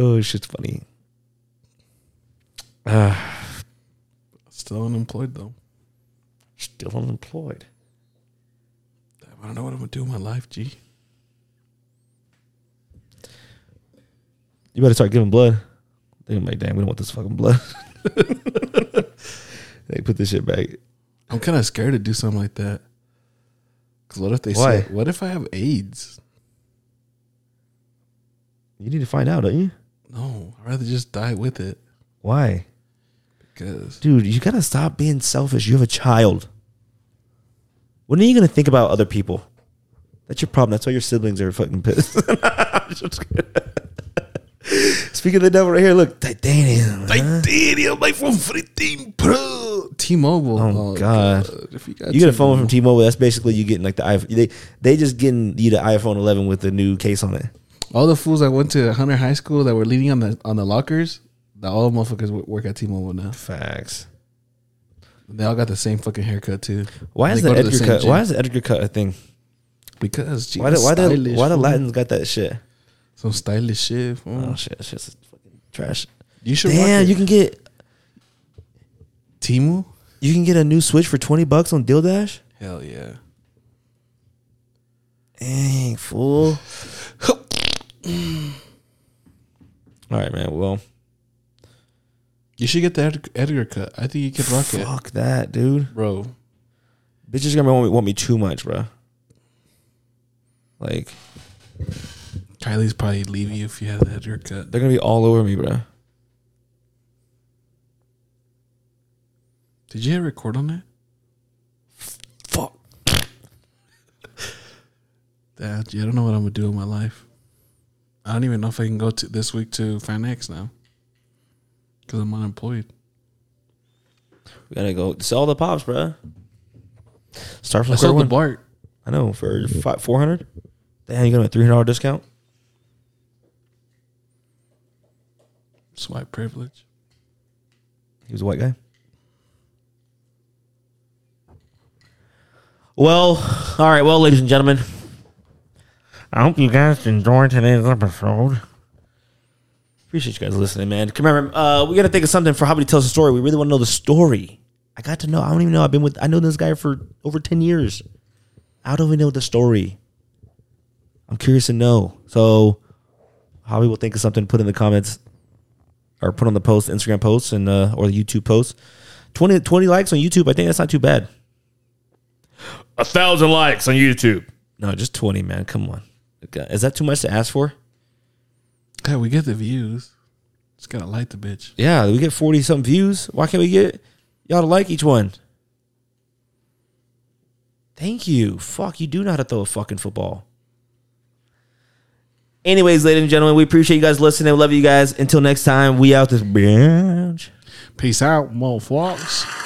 Speaker 1: Oh, shit's funny. Ah,
Speaker 2: Still unemployed though.
Speaker 1: Still unemployed.
Speaker 2: Damn, I don't know what I'm gonna do in my life, G.
Speaker 1: You better start giving blood. They're gonna be like, damn, we don't want this fucking blood. they put this shit back.
Speaker 2: I'm kind of scared to do something like that. Cause what if they
Speaker 1: Why?
Speaker 2: say, what if I have AIDS?
Speaker 1: You need to find out, don't you?
Speaker 2: No, I'd rather just die with it.
Speaker 1: Why,
Speaker 2: Because
Speaker 1: dude? You gotta stop being selfish. You have a child. When are you gonna think about other people? That's your problem. That's why your siblings are fucking pissed. I'm just kidding. Speaking of the devil right here, look, titanium.
Speaker 2: Titanium, my phone 15 Pro. T-Mobile.
Speaker 1: Oh, God.
Speaker 2: If you got
Speaker 1: You get a
Speaker 2: T-Mobile.
Speaker 1: phone from T-Mobile. That's basically you getting like the iPhone. They they just getting you the iPhone 11 with the new case on it.
Speaker 2: All the fools that went to Hunter High School that were leaning on the on the lockers, the all motherfuckers wo- work at T-Mobile now.
Speaker 1: Facts.
Speaker 2: They all got the same fucking haircut too.
Speaker 1: Why
Speaker 2: They
Speaker 1: is the
Speaker 2: go to the
Speaker 1: Edgar
Speaker 2: same
Speaker 1: cut?
Speaker 2: gym.
Speaker 1: Why is the Edgar cut a thing?
Speaker 2: Because
Speaker 1: Why the,
Speaker 2: Jesus,
Speaker 1: why the
Speaker 2: stylish, Mm.
Speaker 1: why the
Speaker 2: fool.
Speaker 1: Latins got that shit?
Speaker 2: some stylish shit? fool.
Speaker 1: Oh shit, it's just fucking trash.
Speaker 2: You should
Speaker 1: Damn, you can get
Speaker 2: Timu.
Speaker 1: you can get a new Switch for twenty bucks on Deal Dash.
Speaker 2: Hell yeah.
Speaker 1: Dang fool. All right, man. Well,
Speaker 2: You should get the Ed- Edgar cut. I think you could rock it,
Speaker 1: fuck that, dude.
Speaker 2: bro.
Speaker 1: Bitches gonna want me, want me too much, bro. Like
Speaker 2: Kylie's probably leave you if you had the Edgar cut.
Speaker 1: they're gonna be all over me, bro.
Speaker 2: Did you hit record on that? Fuck. Dad, yeah, I don't know what I'm gonna do with my life. I don't even know if I can go to this week to Fanex now because I'm unemployed.
Speaker 1: We gotta go sell the pops, bro. Start from square
Speaker 2: I sold the
Speaker 1: one.
Speaker 2: Bart.
Speaker 1: I know for five, four hundred. Damn, you got a three hundred dollar discount.
Speaker 2: It's white privilege.
Speaker 1: He was a white guy. Well, all right. Well, ladies and gentlemen, I hope you guys enjoyed today's episode. Appreciate you guys listening, man. Remember, uh, we got to think of something for Hobby tells the story. We really want to know the story. I got to know. I don't even know. I've been with. I know this guy for over ten years. I don't even know the story. I'm curious to know. So, Hobby will think of something. Put in the comments or put on the post, Instagram posts, and uh, or the YouTube posts. 20, 20 likes on YouTube. I think that's not too bad.
Speaker 3: a thousand likes on YouTube.
Speaker 1: No, just twenty, man. Come on, Okay. is that too much to ask for?
Speaker 2: Yeah, we get the views. Just gotta light the bitch.
Speaker 1: Yeah, we get forty something views. Why can't we get y'all to like each one? Thank you. Fuck, you do know how to throw a fucking football. Anyways, ladies and gentlemen, we appreciate you guys listening. Love you guys. Until next time, we out this bitch.
Speaker 2: Peace out, motherfuckers.